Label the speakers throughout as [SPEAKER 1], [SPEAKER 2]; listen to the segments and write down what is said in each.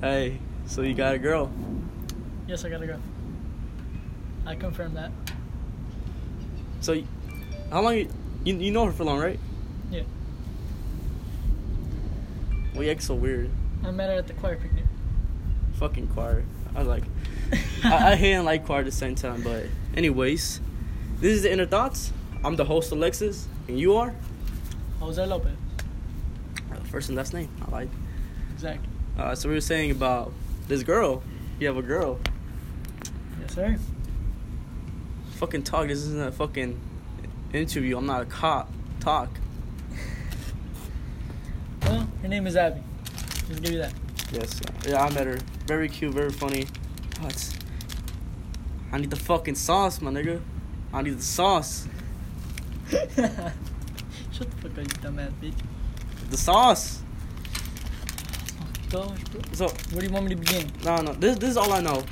[SPEAKER 1] Hey, so you got a girl?
[SPEAKER 2] Yes, I gotta go. I confirm that.
[SPEAKER 1] So, y- how long you you, you know her for long, right?
[SPEAKER 2] Yeah.
[SPEAKER 1] Well, you act so weird.
[SPEAKER 2] I met her at the choir picnic.
[SPEAKER 1] Fucking choir. I like. I, I hate and like choir at the same time, but anyways, this is the Inner Thoughts. I'm the host Alexis, and you are
[SPEAKER 2] Jose Lopez.
[SPEAKER 1] first and last name. I like.
[SPEAKER 2] Exactly.
[SPEAKER 1] Uh, so we were saying about this girl. You have a girl.
[SPEAKER 2] Yes, sir.
[SPEAKER 1] Fucking talk. This isn't a fucking interview. I'm not a cop. Talk.
[SPEAKER 2] Well, her name is Abby. Just give you that.
[SPEAKER 1] Yes. Yeah, I met her. Very cute, very funny. What? I need the fucking sauce, my nigga. I need the sauce.
[SPEAKER 2] Shut the fuck up, you dumbass bitch.
[SPEAKER 1] The sauce.
[SPEAKER 2] Oh, gosh, bro.
[SPEAKER 1] So
[SPEAKER 2] Where do you want me to begin?
[SPEAKER 1] no, no. This this is all I know.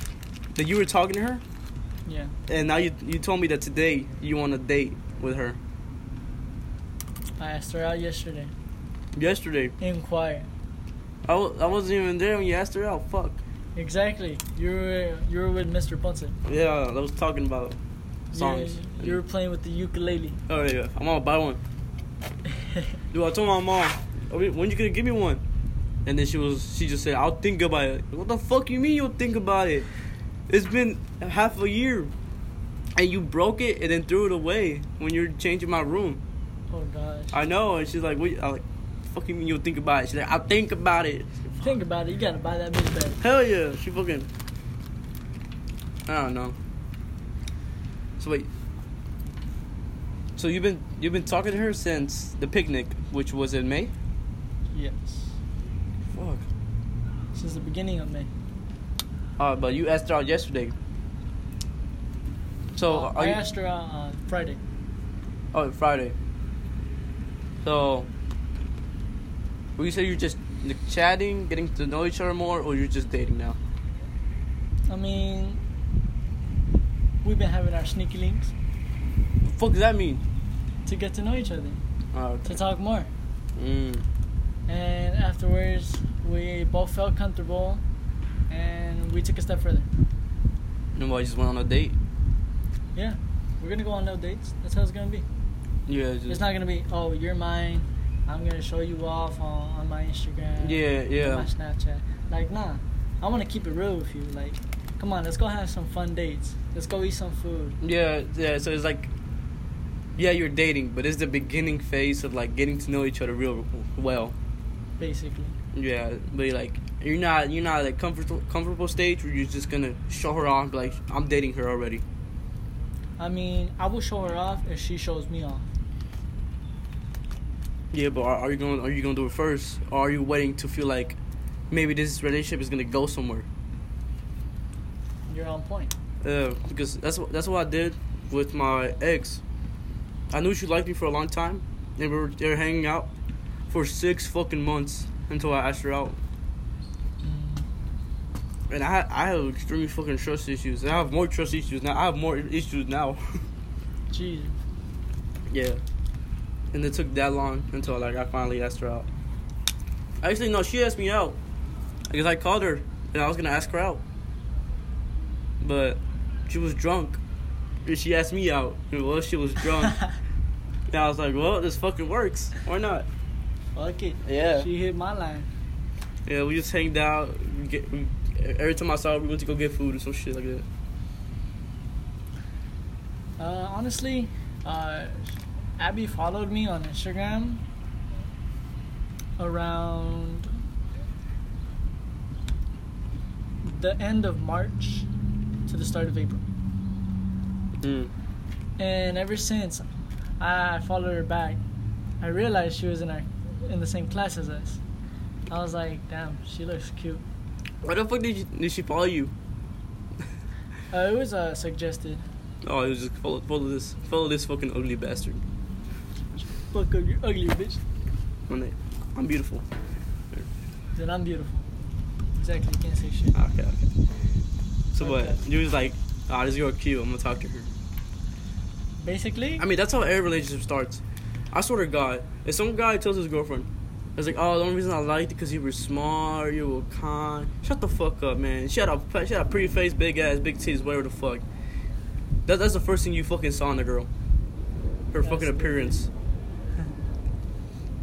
[SPEAKER 1] That you were talking to her,
[SPEAKER 2] Yeah.
[SPEAKER 1] and now you you told me that today you want a date with her.
[SPEAKER 2] I asked her out yesterday.
[SPEAKER 1] Yesterday,
[SPEAKER 2] In choir.
[SPEAKER 1] I w- I wasn't even there when you asked her out. Fuck.
[SPEAKER 2] Exactly. You were you were with Mr. Ponce.
[SPEAKER 1] Yeah, I was talking about songs.
[SPEAKER 2] You, you were playing with the ukulele. Oh,
[SPEAKER 1] Oh yeah, I'm gonna buy one. Dude, I told my mom, "Oh, wait, when you gonna give me one? And then she was, she just said, I'll think about it. What the fuck you mean you'll think about it? It's been half a year, and you broke it and then threw it away when you're changing my room.
[SPEAKER 2] oh gosh.
[SPEAKER 1] I know. And she's like, what? I like, fuck you mean you'll think about it? She's like, I'll think about it.
[SPEAKER 2] Think about it. You gotta buy that bitch back.
[SPEAKER 1] Hell yeah, she fucking. I don't know. So wait. So you've been you've been talking to her since the picnic, which was in May.
[SPEAKER 2] Yes.
[SPEAKER 1] Fuck.
[SPEAKER 2] Since the beginning of May.
[SPEAKER 1] Uh, but you asked her out yesterday. So
[SPEAKER 2] Uh,
[SPEAKER 1] are
[SPEAKER 2] I
[SPEAKER 1] you?
[SPEAKER 2] asked her out on Friday.
[SPEAKER 1] oh, Friday. So. Would you say you're just like, chatting, getting to know each other more, or you're just dating now?
[SPEAKER 2] I mean, we've been having our sneaky links
[SPEAKER 1] The fuck does that mean?
[SPEAKER 2] to get to know each other,
[SPEAKER 1] Uh,
[SPEAKER 2] to talk more.
[SPEAKER 1] mm,
[SPEAKER 2] And afterwards, we both felt comfortable and we took a step further.
[SPEAKER 1] no, I just went on a date.
[SPEAKER 2] Yeah, we're gonna go on no dates. That's how it's gonna be.
[SPEAKER 1] Yeah, just,
[SPEAKER 2] It's not gonna be, oh, you're mine. I'm gonna show you off on, on my Instagram.
[SPEAKER 1] Yeah, yeah.
[SPEAKER 2] On my Snapchat. Like, nah, I wanna keep it real with you. Like, come on, let's go have some fun dates. Let's go eat some food.
[SPEAKER 1] Yeah, yeah. So it's like, yeah, you're dating, but it's the beginning phase of like getting to know each other real well.
[SPEAKER 2] basically.
[SPEAKER 1] Yeah, but like you're not you're not at a comfortable comfortable stage where you're just gonna show her off like I'm dating her already.
[SPEAKER 2] I mean, I will show her off if she shows me off.
[SPEAKER 1] Yeah, but are, are you going are you gonna do it first, or are you waiting to feel like maybe this relationship is gonna go somewhere?
[SPEAKER 2] You're on point.
[SPEAKER 1] Yeah, Uh, because that's what that's what I did with my ex. I knew she liked me for a long time, and we were they were hanging out for six fucking months until I asked her out. And I I have extremely fucking trust issues. And I have more trust issues now. I have more issues now.
[SPEAKER 2] Jeez.
[SPEAKER 1] yeah. And it took that long until like I finally asked her out. Actually, no, she asked me out because I called her and I was gonna ask her out, but she was drunk. And she asked me out. And well, she was drunk. and I was like, well, this fucking works. Why not?
[SPEAKER 2] Fuck it.
[SPEAKER 1] Yeah.
[SPEAKER 2] She hit my line.
[SPEAKER 1] Yeah, we just hanged out. We get, we, every time I saw her, we went to go get food and some shit like that.
[SPEAKER 2] Uh, honestly, uh, Abby followed me on Instagram around the end of March to the start of April.
[SPEAKER 1] Mm.
[SPEAKER 2] And ever since I followed her back, I realized she was in our in the same class as us. I was like, damn, she looks cute.
[SPEAKER 1] Why the fuck did, you, did she follow you?
[SPEAKER 2] Uh, it was uh, suggested.
[SPEAKER 1] Oh, it was just follow, follow this, follow this fucking ugly bastard.
[SPEAKER 2] Fuck you, ugly bitch.
[SPEAKER 1] My name. I'm beautiful.
[SPEAKER 2] Then I'm beautiful. Exactly, you can't say shit.
[SPEAKER 1] Ah, Okay, okay. So
[SPEAKER 2] Okay.
[SPEAKER 1] what? You was like, ah, this girl cute. I'm gonna talk to her.
[SPEAKER 2] Basically,
[SPEAKER 1] I mean, that's how every relationship starts. I swear to God, if some guy tells his girlfriend, It's like, oh, the only reason I liked it because you were smart, you were kind. Shut the fuck up, man. She had a fe- she had a pretty face, big ass, big titties, whatever the fuck. That, that's the first thing you fucking saw in the girl. Her
[SPEAKER 2] That's
[SPEAKER 1] fucking
[SPEAKER 2] good.
[SPEAKER 1] appearance.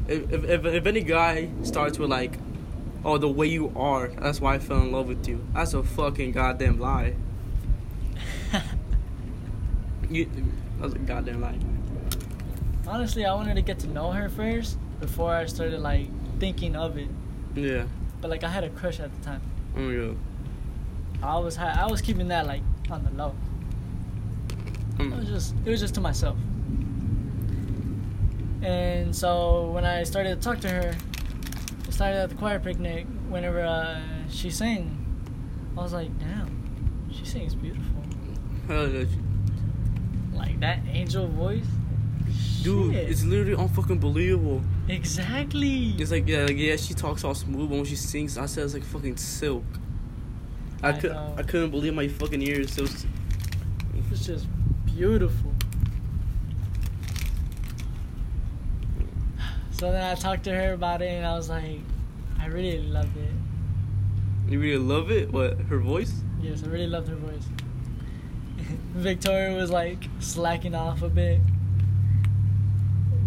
[SPEAKER 1] if, if, if, if any guy starts with like, oh, the way you are, that's why I fell in love with you. That's a fucking goddamn lie. You, that's a goddamn lie.
[SPEAKER 2] Honestly, I wanted to get to know her first before I started like thinking of it.
[SPEAKER 1] Yeah.
[SPEAKER 2] But like I had a crush at the time.
[SPEAKER 1] Oh my god.
[SPEAKER 2] I was ha- I was keeping that like on the low. It was
[SPEAKER 1] Mm.
[SPEAKER 2] just it was just to myself. And so when I started to talk to her, I started at the choir picnic. Whenever uh, she sang, I was like, "Damn, she sings beautiful."
[SPEAKER 1] Hell yeah.
[SPEAKER 2] Like that angel voice.
[SPEAKER 1] Dude,
[SPEAKER 2] Shit.
[SPEAKER 1] it's literally unfucking believable.
[SPEAKER 2] exactly.
[SPEAKER 1] It's like yeah, like, yeah. She talks all smooth, but when she sings, I said it's like fucking silk. I,
[SPEAKER 2] I
[SPEAKER 1] could
[SPEAKER 2] know.
[SPEAKER 1] I couldn't believe my fucking ears. It was,
[SPEAKER 2] It's just beautiful. So then I talked to her about it, and I was like, I really loved it.
[SPEAKER 1] you really love it. What her voice?
[SPEAKER 2] Yes, I really loved her voice. Victoria was like slacking off a bit,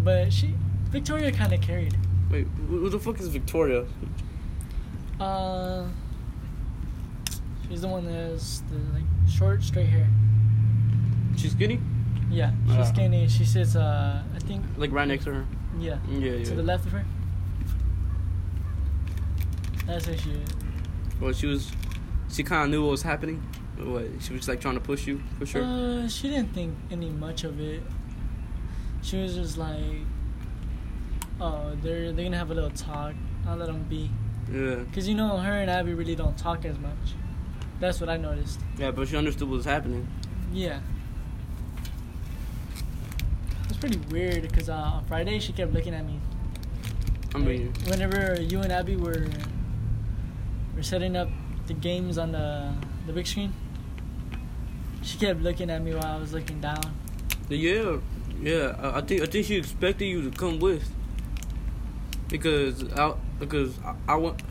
[SPEAKER 2] but she, Victoria, kind of carried.
[SPEAKER 1] Wait, who who the fuck is Victoria?
[SPEAKER 2] Uh, she's the one that has the like short, straight hair.
[SPEAKER 1] She's skinny,
[SPEAKER 2] Yeah, she's
[SPEAKER 1] Yeah.
[SPEAKER 2] skinny. She sits, uh, I think,
[SPEAKER 1] Uh-huh. like right next to her.
[SPEAKER 2] yeah,
[SPEAKER 1] Yeah, yeah.
[SPEAKER 2] to the left of her. That's who she is.
[SPEAKER 1] Well, she was, she kind of knew what was happening. What she was like trying to push you for sure.
[SPEAKER 2] Uh, she didn't think any much of it. She was just like, "Oh, they're they're gonna have a little talk. I'll let them be."
[SPEAKER 1] yeah,
[SPEAKER 2] Cause you know, her and Abby really don't talk as much. That's what I noticed.
[SPEAKER 1] yeah, but she understood what was happening.
[SPEAKER 2] Yeah. It's pretty weird because uh, on Friday she kept looking at me.
[SPEAKER 1] I mean,
[SPEAKER 2] whenever you and Abby were were setting up the games on the the big screen, she kept looking at me while I was looking down.
[SPEAKER 1] yeah, yeah. I, I think I think she expected you to come with because I because I, I went.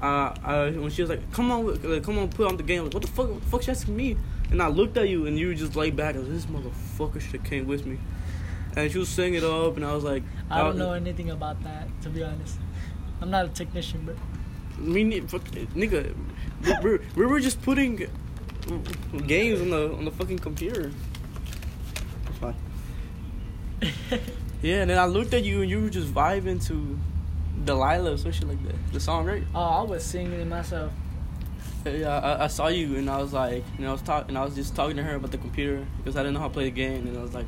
[SPEAKER 1] I, I, when she was like, "Come on, with- like, come on, put on the game." I was Like, what the fuck? What the fuck? She asking me, and I looked at you, and you were just laid back. I was, this motherfucker should have came with me. And she was singing it up, and I was like,
[SPEAKER 2] I don't
[SPEAKER 1] was-
[SPEAKER 2] know anything about that, to be honest. I'm not a technician, but
[SPEAKER 1] Me, ne- fuck, nigga, we- we're, we were just putting games on the on the fucking computer. That's fine. yeah, and then I looked at you and you were just vibing to Delilah or some shit like that. The song, right?
[SPEAKER 2] oh, I was singing it myself.
[SPEAKER 1] Yeah, I, I saw you and I was like, and I was talking, and I was just talking to her about the computer because I didn't know how to play the game, and I was like,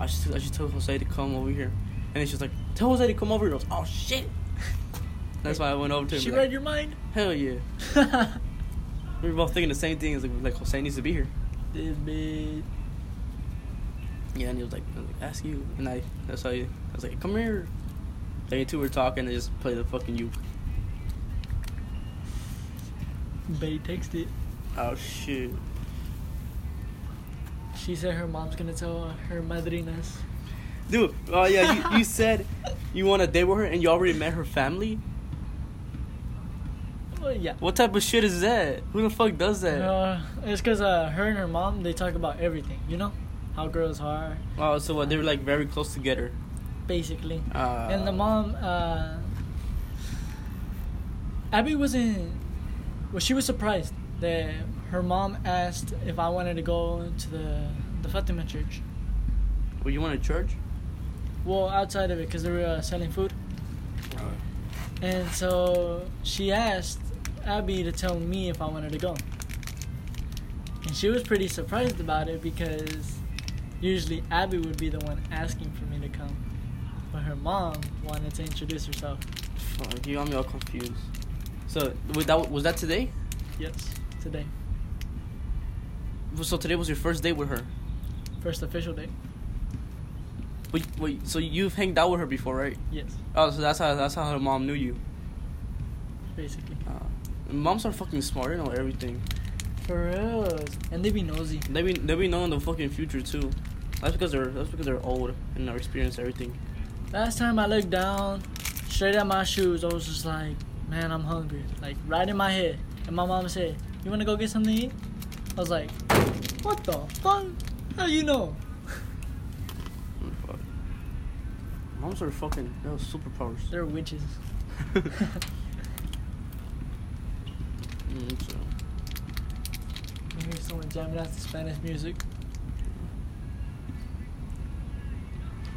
[SPEAKER 1] I should I should tell Jose to come over here, and then she was like, tell Jose to come over here. I was, oh shit. That's why I went over to him.
[SPEAKER 2] She
[SPEAKER 1] like,
[SPEAKER 2] read your mind.
[SPEAKER 1] Hell yeah. We were both thinking the same thing. It's like, like Jose needs to be here.
[SPEAKER 2] Stupid.
[SPEAKER 1] Yeah, and he was like, I was like, ask you. And I, that's how you, I was like, come here. They two were talking and just play the fucking uke.
[SPEAKER 2] Bay texted. it.
[SPEAKER 1] Oh, shit.
[SPEAKER 2] She said her mom's gonna tell her madrinas.
[SPEAKER 1] Dude, oh, yeah, you, you said you want to date with her and you already met her family?
[SPEAKER 2] Oh yeah.
[SPEAKER 1] What type of shit is that? Who the fuck does that?
[SPEAKER 2] Uh, it's cause uh, her and her mom they talk about everything. You know, how girls are,
[SPEAKER 1] Oh, so what? They were like very close together.
[SPEAKER 2] basically.
[SPEAKER 1] Uh,
[SPEAKER 2] and the mom, uh, Abby wasn't. Well, she was surprised that her mom asked if I wanted to go to the the Fatima church.
[SPEAKER 1] Well, you went to church?
[SPEAKER 2] Well, outside of it, because they were uh, selling food. And so she asked Abby to tell me if I wanted to go. And she was pretty surprised about it because usually Abby would be the one asking for me to come. But her mom wanted to introduce herself.
[SPEAKER 1] Fuck, you got me all confused. So, was that, was that today?
[SPEAKER 2] Yes, today.
[SPEAKER 1] So, today was your first date with her?
[SPEAKER 2] First official date.
[SPEAKER 1] Wait, wait, so you've hanged out with her before, right?
[SPEAKER 2] Yes,
[SPEAKER 1] Oh, so that's how that's how her mom knew you.
[SPEAKER 2] basically.
[SPEAKER 1] Uh, moms are fucking smart and know everything.
[SPEAKER 2] For real. And they be nosy.
[SPEAKER 1] They be they be knowing the fucking future too. That's because they're that's because they're old and they experience everything.
[SPEAKER 2] Last time I looked down, straight at my shoes, I was just like, man, I'm hungry. Like, right in my head. And my mom said, you want to go get something to eat? I was like, what the fuck? How you know?
[SPEAKER 1] Fuck. Moms are fucking. They're superpowers.
[SPEAKER 2] They're witches.
[SPEAKER 1] Mm, so.
[SPEAKER 2] You hear someone jamming out to Spanish music.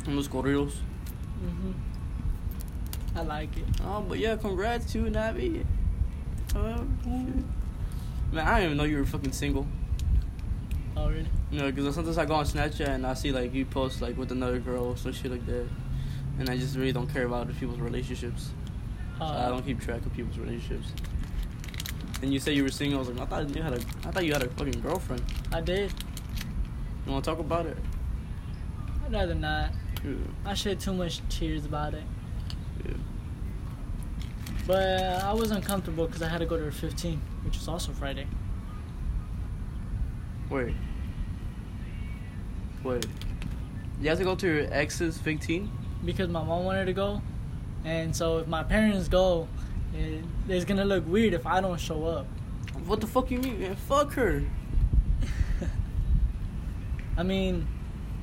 [SPEAKER 1] And those corridos.
[SPEAKER 2] hmm I like it.
[SPEAKER 1] Oh, but yeah, congrats to Navi. Uh, man, I didn't even know you were fucking single.
[SPEAKER 2] Oh, really?
[SPEAKER 1] You know, because sometimes I go on Snapchat and I see like you post like with another girl or some shit like that, and I just really don't care about other people's relationships. So I
[SPEAKER 2] Uh,
[SPEAKER 1] don't keep track of people's relationships. And you say you were single. I was like, I thought you had a, I thought you had a fucking girlfriend.
[SPEAKER 2] Uh, I did.
[SPEAKER 1] You want to talk about it?
[SPEAKER 2] I'd rather not.
[SPEAKER 1] Yeah.
[SPEAKER 2] I shed too much tears about it.
[SPEAKER 1] Yeah.
[SPEAKER 2] But I was uncomfortable because I had to go to her 15, which is also Friday.
[SPEAKER 1] Wait. Wait. You have to go to your ex's 15?
[SPEAKER 2] because my mom wanted to go, and so if my parents go, it, it's gonna look weird if I don't show up.
[SPEAKER 1] What the fuck you mean? Man? Fuck her.
[SPEAKER 2] I mean,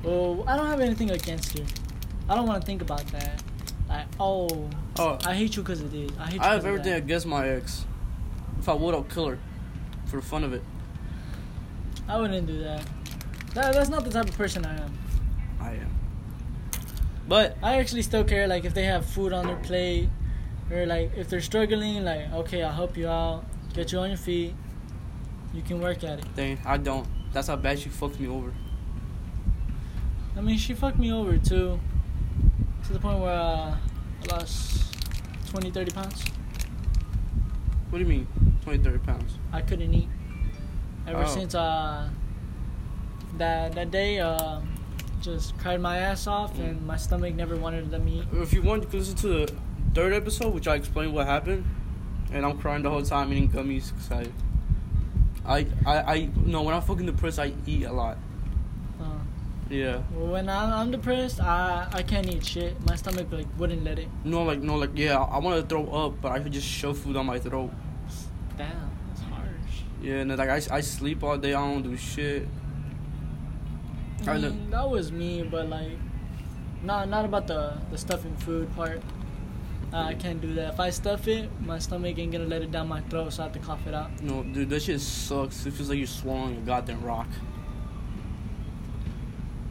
[SPEAKER 2] well, I don't have anything against you. I don't want to think about that. Like, oh,
[SPEAKER 1] Oh,
[SPEAKER 2] I hate you because of this. I hate. You
[SPEAKER 1] I
[SPEAKER 2] 'cause
[SPEAKER 1] have
[SPEAKER 2] of
[SPEAKER 1] everything
[SPEAKER 2] that.
[SPEAKER 1] against my ex. If I would, I'll kill her. For the fun of it.
[SPEAKER 2] I wouldn't do that. that. That's not the type of person I am.
[SPEAKER 1] I am. But,
[SPEAKER 2] I actually still care, like if they have food on their plate, or like if they're struggling, like okay, I'll help you out, get you on your feet. You can work at it.
[SPEAKER 1] dang, I don't. That's how bad she fucked me over.
[SPEAKER 2] I mean, she fucked me over too, to the point where uh, I lost 20, 30 pounds.
[SPEAKER 1] What do you mean? 20, 30 pounds.
[SPEAKER 2] I couldn't eat ever
[SPEAKER 1] Oh.
[SPEAKER 2] since uh, that that day. Uh, just cried my ass off,
[SPEAKER 1] Mm.
[SPEAKER 2] and my stomach never wanted to let me eat.
[SPEAKER 1] If you want, you can listen to the third episode, which I explained what happened. And I'm crying the whole time, eating gummies, because I, I, I, I, no, when I'm fucking depressed, I eat a lot.
[SPEAKER 2] Uh,
[SPEAKER 1] Yeah.
[SPEAKER 2] when I'm, I'm depressed, I I can't eat shit. My stomach like wouldn't let it.
[SPEAKER 1] No, like, no, like, yeah, I want to throw up, but I could just shove food on my throat.
[SPEAKER 2] Damn, that's harsh.
[SPEAKER 1] Yeah, and then, like, I, I sleep all day, I don't do shit.
[SPEAKER 2] I
[SPEAKER 1] I know.
[SPEAKER 2] mean, Mm, that was me, but like, not not about the the stuffing food part. Uh, I can't do that. If I stuff it, my stomach ain't gonna let it down my throat, so I have to cough it out.
[SPEAKER 1] No, dude, that shit sucks. It feels like you're swallowing a goddamn rock.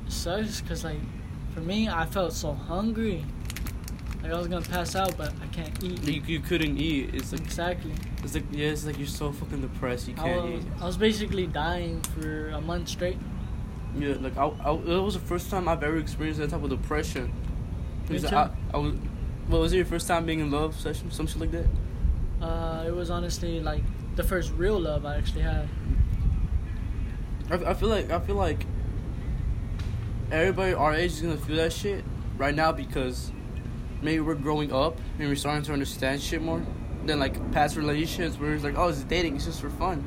[SPEAKER 2] It sucks, cause like, for me, I felt so hungry, like I was gonna pass out, but I can't eat.
[SPEAKER 1] You, you couldn't eat. It's like,
[SPEAKER 2] Exactly.
[SPEAKER 1] it's like, yeah, it's like you're so fucking depressed. You
[SPEAKER 2] I
[SPEAKER 1] can't
[SPEAKER 2] was,
[SPEAKER 1] eat.
[SPEAKER 2] I was basically dying for a month straight.
[SPEAKER 1] Yeah, like I, I, it was the first time I've ever experienced that type of depression.
[SPEAKER 2] Me
[SPEAKER 1] Because
[SPEAKER 2] too.
[SPEAKER 1] I, I was, well, was it your first time being in love session, some shit like that?
[SPEAKER 2] Uh, it was honestly like the first real love I actually had.
[SPEAKER 1] I, I feel like, I feel like everybody our age is gonna feel that shit right now because maybe we're growing up and we're starting to understand shit more than like past relationships where it's like, oh, it's dating, it's just for fun.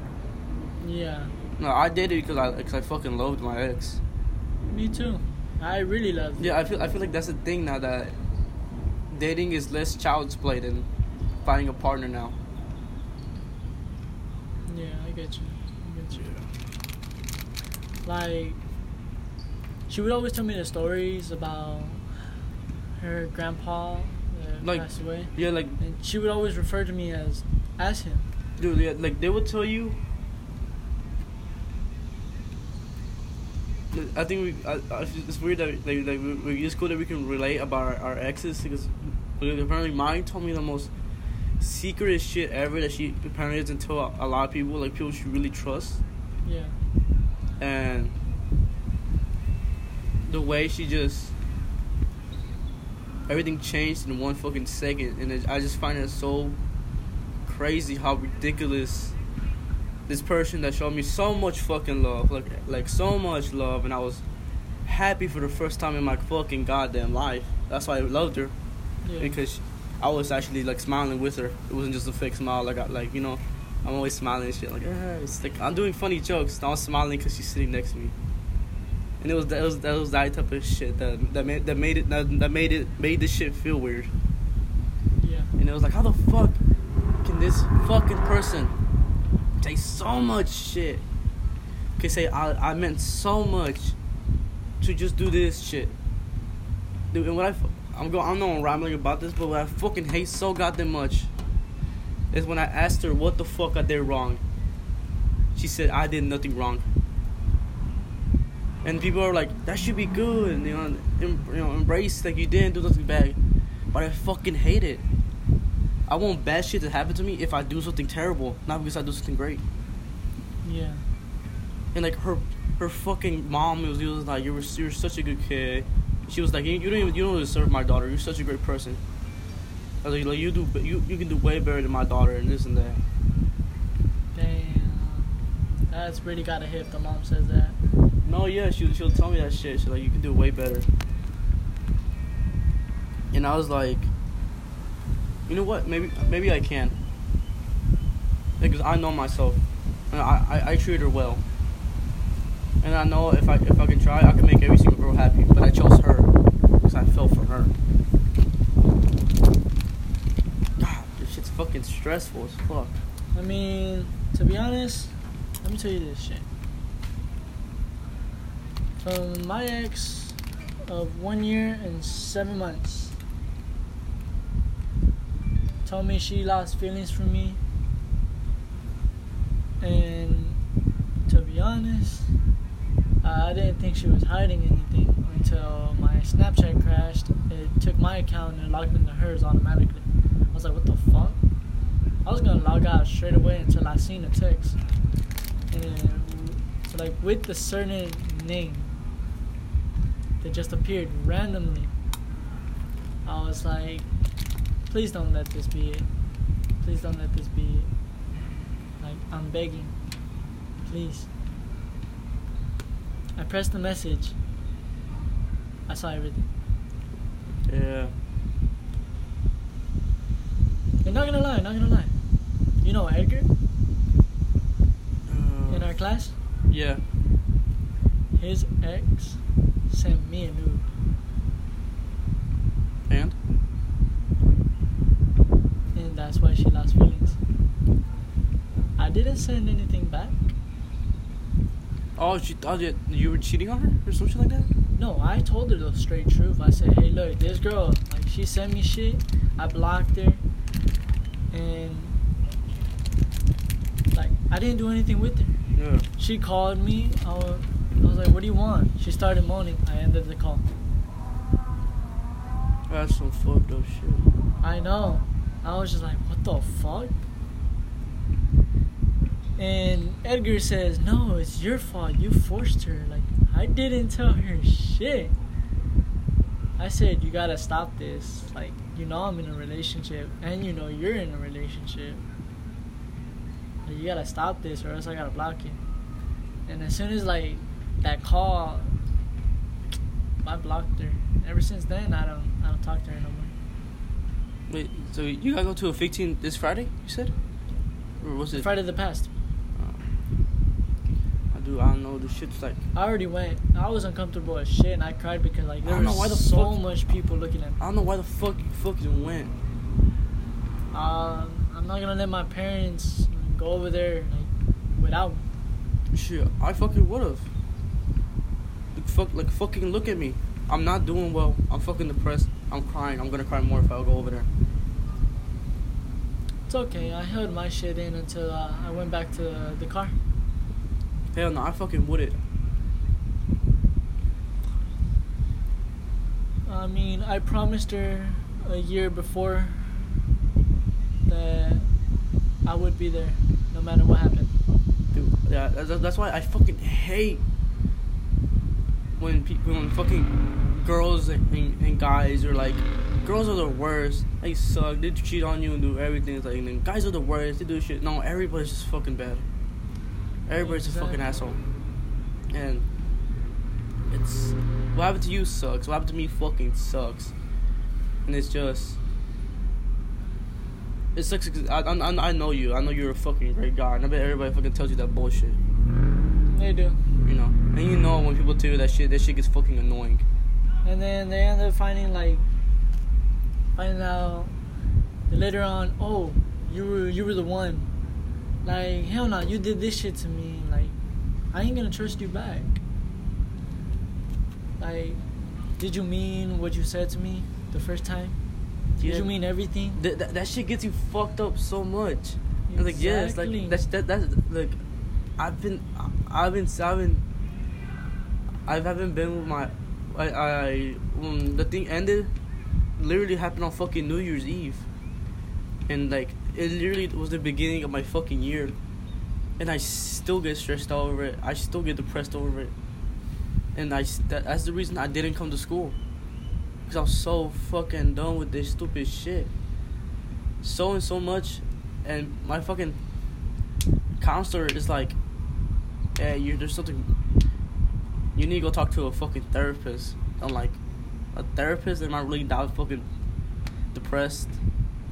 [SPEAKER 2] Yeah,
[SPEAKER 1] No, I dated because I, because I fucking loved my ex.
[SPEAKER 2] me too. I really loved. it.
[SPEAKER 1] Yeah, I feel I feel like that's the thing now that dating is less child's play than finding a partner now.
[SPEAKER 2] Yeah, I get you. I get you. Like, she would always tell me the stories about her grandpa that
[SPEAKER 1] Like-
[SPEAKER 2] passed away,
[SPEAKER 1] Yeah, like
[SPEAKER 2] and she would always refer to me as as him.
[SPEAKER 1] dude, yeah, like they would tell you. I think we. I, I, it's weird that like, like we, we just cool that we can relate about our, our exes because because apparently mine told me the most secret shit ever that she apparently doesn't tell a, a lot of people like people she really trusts
[SPEAKER 2] Yeah.
[SPEAKER 1] and the way she just everything changed in one fucking second and it, i just find it so crazy how ridiculous this person that showed me so much fucking love like like so much love and i was happy for the first time in my fucking goddamn life that's why i loved her
[SPEAKER 2] Yeah.
[SPEAKER 1] because i was actually like smiling with her it wasn't just a fake smile like I, like you know i'm always smiling and shit like "Ah," it's like i'm doing funny jokes and i was smiling because she's sitting next to me and it was that was that was that type of shit that that made that made it that, that made it made this shit feel weird and it was like, how the fuck can this fucking person say so much shit? Can say I I meant so much to just do this shit, dude. And what I fu- I'm going I'm not rambling about this, but what I fucking hate so goddamn much is when I asked her what the fuck I did wrong. She said I did nothing wrong. And people are like, that should be good, and, you know, em- you know embrace like you didn't do nothing bad. But I fucking hate it. I want bad shit to happen to me if I do something terrible, not because I do something great.
[SPEAKER 2] Yeah.
[SPEAKER 1] And like her, her fucking mom was, was like, you were you're such a good kid. She was like, you, you don't even you don't deserve my daughter. You're such a great person. I was like, like you do be- you you can do way better than my daughter and this and that.
[SPEAKER 2] Damn. That's really gotta hit if the mom says that.
[SPEAKER 1] No, yeah, she she'll tell me that shit. She's like, you can do way better. And I was like, you know what? Maybe maybe I can. Because I know myself, and I, I, I treat her well. And I know if I if I can try, I can make every single girl happy. But I chose her because I fell for her. God, this shit's fucking stressful as fuck.
[SPEAKER 2] I mean, to be honest, let me tell you this shit. From my ex of one year and seven months, told me she lost feelings for me. And to be honest, I didn't think she was hiding anything until my Snapchat crashed. It took my account and logged into hers automatically. I was like, what the fuck? I was gonna log out straight away until I seen the text. And then, so like with the certain name that just appeared randomly, I was like, please don't let this be it. Please don't let this be it. Like I'm begging, please. I pressed the message. I saw everything.
[SPEAKER 1] Yeah.
[SPEAKER 2] And not gonna lie, not gonna lie. You know Edgar in
[SPEAKER 1] Uh,
[SPEAKER 2] our class?
[SPEAKER 1] yeah.
[SPEAKER 2] His ex sent me a nude.
[SPEAKER 1] And
[SPEAKER 2] and that's why she lost feelings. I didn't send anything back.
[SPEAKER 1] oh, she thought you you were cheating on her or something like that.
[SPEAKER 2] No, I told her the straight truth. I said, "Hey, look, this girl, like, she sent me shit. I blocked her, and like, I didn't do anything with her.
[SPEAKER 1] Yeah.
[SPEAKER 2] She called me. I was, I was like, "What do you want?" She started moaning. I ended the call.
[SPEAKER 1] That's some fucked up shit.
[SPEAKER 2] I know. I was just like, what the fuck? And Edgar says, no, it's your fault. You forced her. Like, I didn't tell her shit. I said, you gotta stop this. Like, you know I'm in a relationship, and you know you're in a relationship. Like, you gotta stop this, or else I gotta block you. And as soon as, like, that call, I blocked her. Ever since then, I don't, I don't talk to her no more.
[SPEAKER 1] Wait, so you gotta go to a 15 this Friday? You said, or was it? Oh.
[SPEAKER 2] Friday the past.
[SPEAKER 1] I do. I don't know. The shit's like.
[SPEAKER 2] I already went. I was uncomfortable as shit, and I cried because like
[SPEAKER 1] I
[SPEAKER 2] there
[SPEAKER 1] don't know why the
[SPEAKER 2] was so
[SPEAKER 1] fuck-
[SPEAKER 2] much people looking at me.
[SPEAKER 1] I don't know why the fuck you fucking went.
[SPEAKER 2] Um, I'm not gonna let my parents like, go over there like without me.
[SPEAKER 1] Shit, I fucking would've. Like, fuck, like fucking look at me. I'm not doing well. I'm fucking depressed. I'm crying. I'm gonna cry more if I go over there.
[SPEAKER 2] It's okay. I held my shit in until uh, I went back to the car.
[SPEAKER 1] Hell no, I fucking wouldn't.
[SPEAKER 2] I mean, I promised her a year before that I would be there, no matter what happened.
[SPEAKER 1] Dude, yeah, that's, that's why I fucking hate when people, when fucking girls and, and guys are like, girls are the worst. They suck. They cheat on you and do everything. It's like, and then guys are the worst. They do shit. No, everybody's just fucking bad. Everybody's a fucking asshole. And it's what happened to you sucks. What happened to me fucking sucks. And it's just. It sucks. 'cause I, I, I know you. I know you're a fucking great guy. And I bet everybody fucking tells you that bullshit.
[SPEAKER 2] They do,
[SPEAKER 1] You know. And you know when people tell you that shit, that shit gets fucking annoying.
[SPEAKER 2] and then they end up finding like finding out Then later on, oh, you were you were the one. Like hell no, you did this shit to me. Like I ain't gonna trust you back. Like, did you mean what you said to me the first time? Did
[SPEAKER 1] Yeah.
[SPEAKER 2] you mean everything?
[SPEAKER 1] Th- that, that shit gets you fucked up so much. I was like, yes,
[SPEAKER 2] Exactly.
[SPEAKER 1] like that's that, that's like, I've been, I- I've been, I've been, I haven't been with my, I, I when the thing ended, literally happened on fucking New Year's Eve, and like it literally was the beginning of my fucking year, and I still get stressed out over it. I still get depressed over it, and I s- that, that's the reason I didn't come to school, cause I'm so fucking done with this stupid shit. So and so much and my fucking counselor is like, "Hey, you there's something. You need to go talk to a fucking therapist." I'm like, "A therapist? Am I really that fucking depressed?"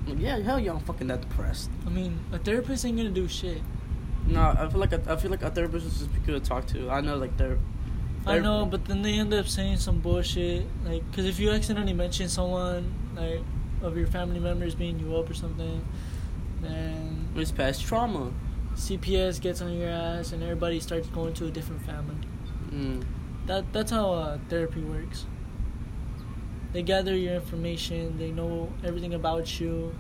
[SPEAKER 1] I'm like, yeah, hell yeah, I'm fucking that depressed.
[SPEAKER 2] I mean, a therapist ain't gonna do shit.
[SPEAKER 1] No, I feel like a, I feel like a therapist is just good to talk to. I know like they're.
[SPEAKER 2] I know, but then they end up saying some bullshit. Like, because if you accidentally mention someone, like, of your family members beating you up or something, then
[SPEAKER 1] it's past trauma.
[SPEAKER 2] CPS gets on your ass and everybody starts going to a different family.
[SPEAKER 1] Mm.
[SPEAKER 2] That That's how uh, therapy works. They gather your information, they know everything about you,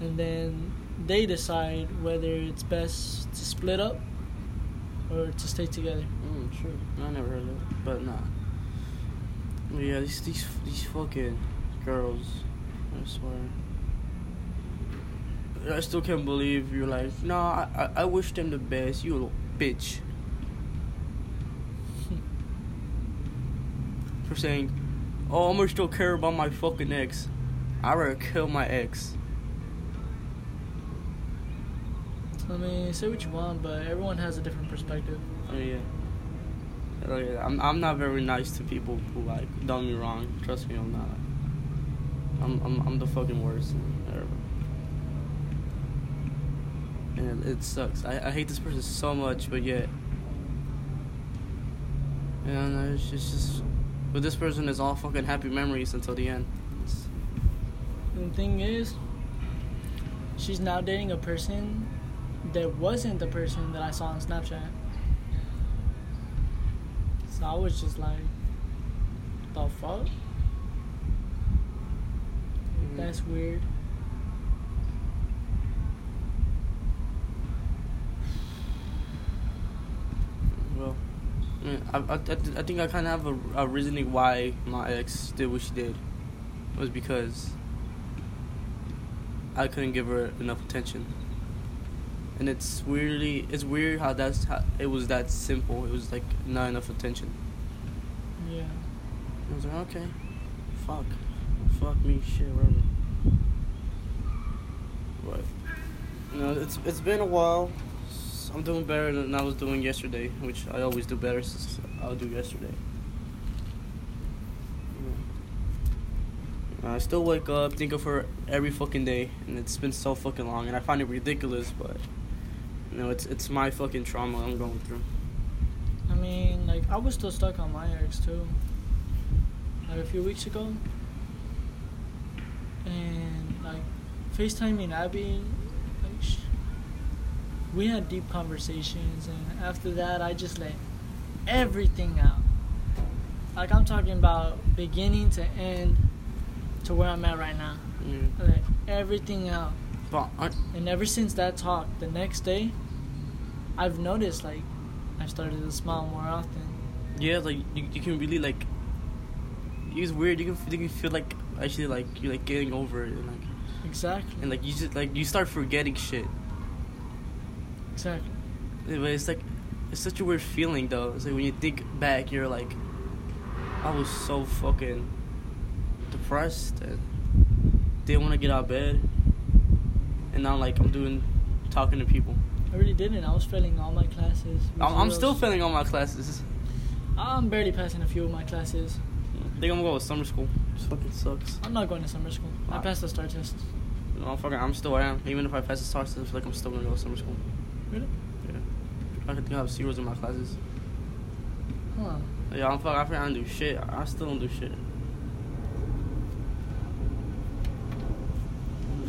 [SPEAKER 2] and then they decide whether it's best to split up or to stay together.
[SPEAKER 1] Mm, sure. I never heard of it, but nah. But yeah, these these these fucking girls, I swear. I still can't believe you're like, no, I, I, I wish them the best, you little bitch. For saying, oh, I'm gonna still care about my fucking ex. I'd rather kill my ex.
[SPEAKER 2] I mean, say what you want, but everyone has a different perspective.
[SPEAKER 1] Oh yeah. Oh yeah. I'm I'm not very nice to people who like done me wrong. Trust me, I'm not. I'm I'm I'm the fucking worst ever. And it, it sucks. I, I hate this person so much, but yet. And I- it's just, it's just, but this person is all fucking happy memories until the end. It's,
[SPEAKER 2] And the thing is, she's now dating a person that wasn't the person that I saw on Snapchat. So I was just like, the fuck? That's weird.
[SPEAKER 1] Well, I, mean, Mm, I, I, I th- I think I kind of have a, a reasoning why my ex did what she did. It was because I couldn't give her enough attention. And it's weirdly, it's weird how that's how it was that simple. It was like not enough attention.
[SPEAKER 2] Yeah.
[SPEAKER 1] I was like, okay, fuck, fuck me, shit, whatever. But you know, it's it's been a while. S- I'm doing better than I was doing yesterday, which I always do better since I'll do yesterday. Yeah. I still wake up, think of her every fucking day, and it's been so fucking long, and I find it ridiculous, but you know, it's it's my fucking trauma I'm going through.
[SPEAKER 2] I mean, like, I was still stuck on my ex too. Like, a few weeks ago. And, like, FaceTiming Abby, like, sh- we had deep conversations. And after that, I just let everything out. Like, I'm talking about beginning to end to where I'm at right now.
[SPEAKER 1] Yeah.
[SPEAKER 2] I let everything out.
[SPEAKER 1] But I,
[SPEAKER 2] And ever since that talk, the next day, I've noticed, like, I started to smile more often.
[SPEAKER 1] Yeah, like you, you can really like. It's weird. You can you can feel like actually like you're like getting over it and like
[SPEAKER 2] Exactly.
[SPEAKER 1] and like you just like you start forgetting shit.
[SPEAKER 2] exactly.
[SPEAKER 1] But it's like it's such a weird feeling though. It's like when you think back, you're like, I was so fucking depressed and didn't want to get out of bed, and now like I'm doing talking to people.
[SPEAKER 2] I really didn't. I was failing all my classes.
[SPEAKER 1] I'm, I'm
[SPEAKER 2] Zeros.
[SPEAKER 1] still failing all my classes.
[SPEAKER 2] I'm barely passing a few of my classes.
[SPEAKER 1] I think I'm gonna go with summer school. This fucking sucks.
[SPEAKER 2] I'm not going to summer school. I
[SPEAKER 1] Wow.
[SPEAKER 2] passed the star test.
[SPEAKER 1] Motherfucker, I'm still I am. Even if I pass the SARS, I feel like I'm still gonna go to summer school.
[SPEAKER 2] Really?
[SPEAKER 1] Yeah. I could think I have zeros in my classes.
[SPEAKER 2] Huh.
[SPEAKER 1] Yeah, I'm fuck. I forgot I don't do shit. I I still don't do shit.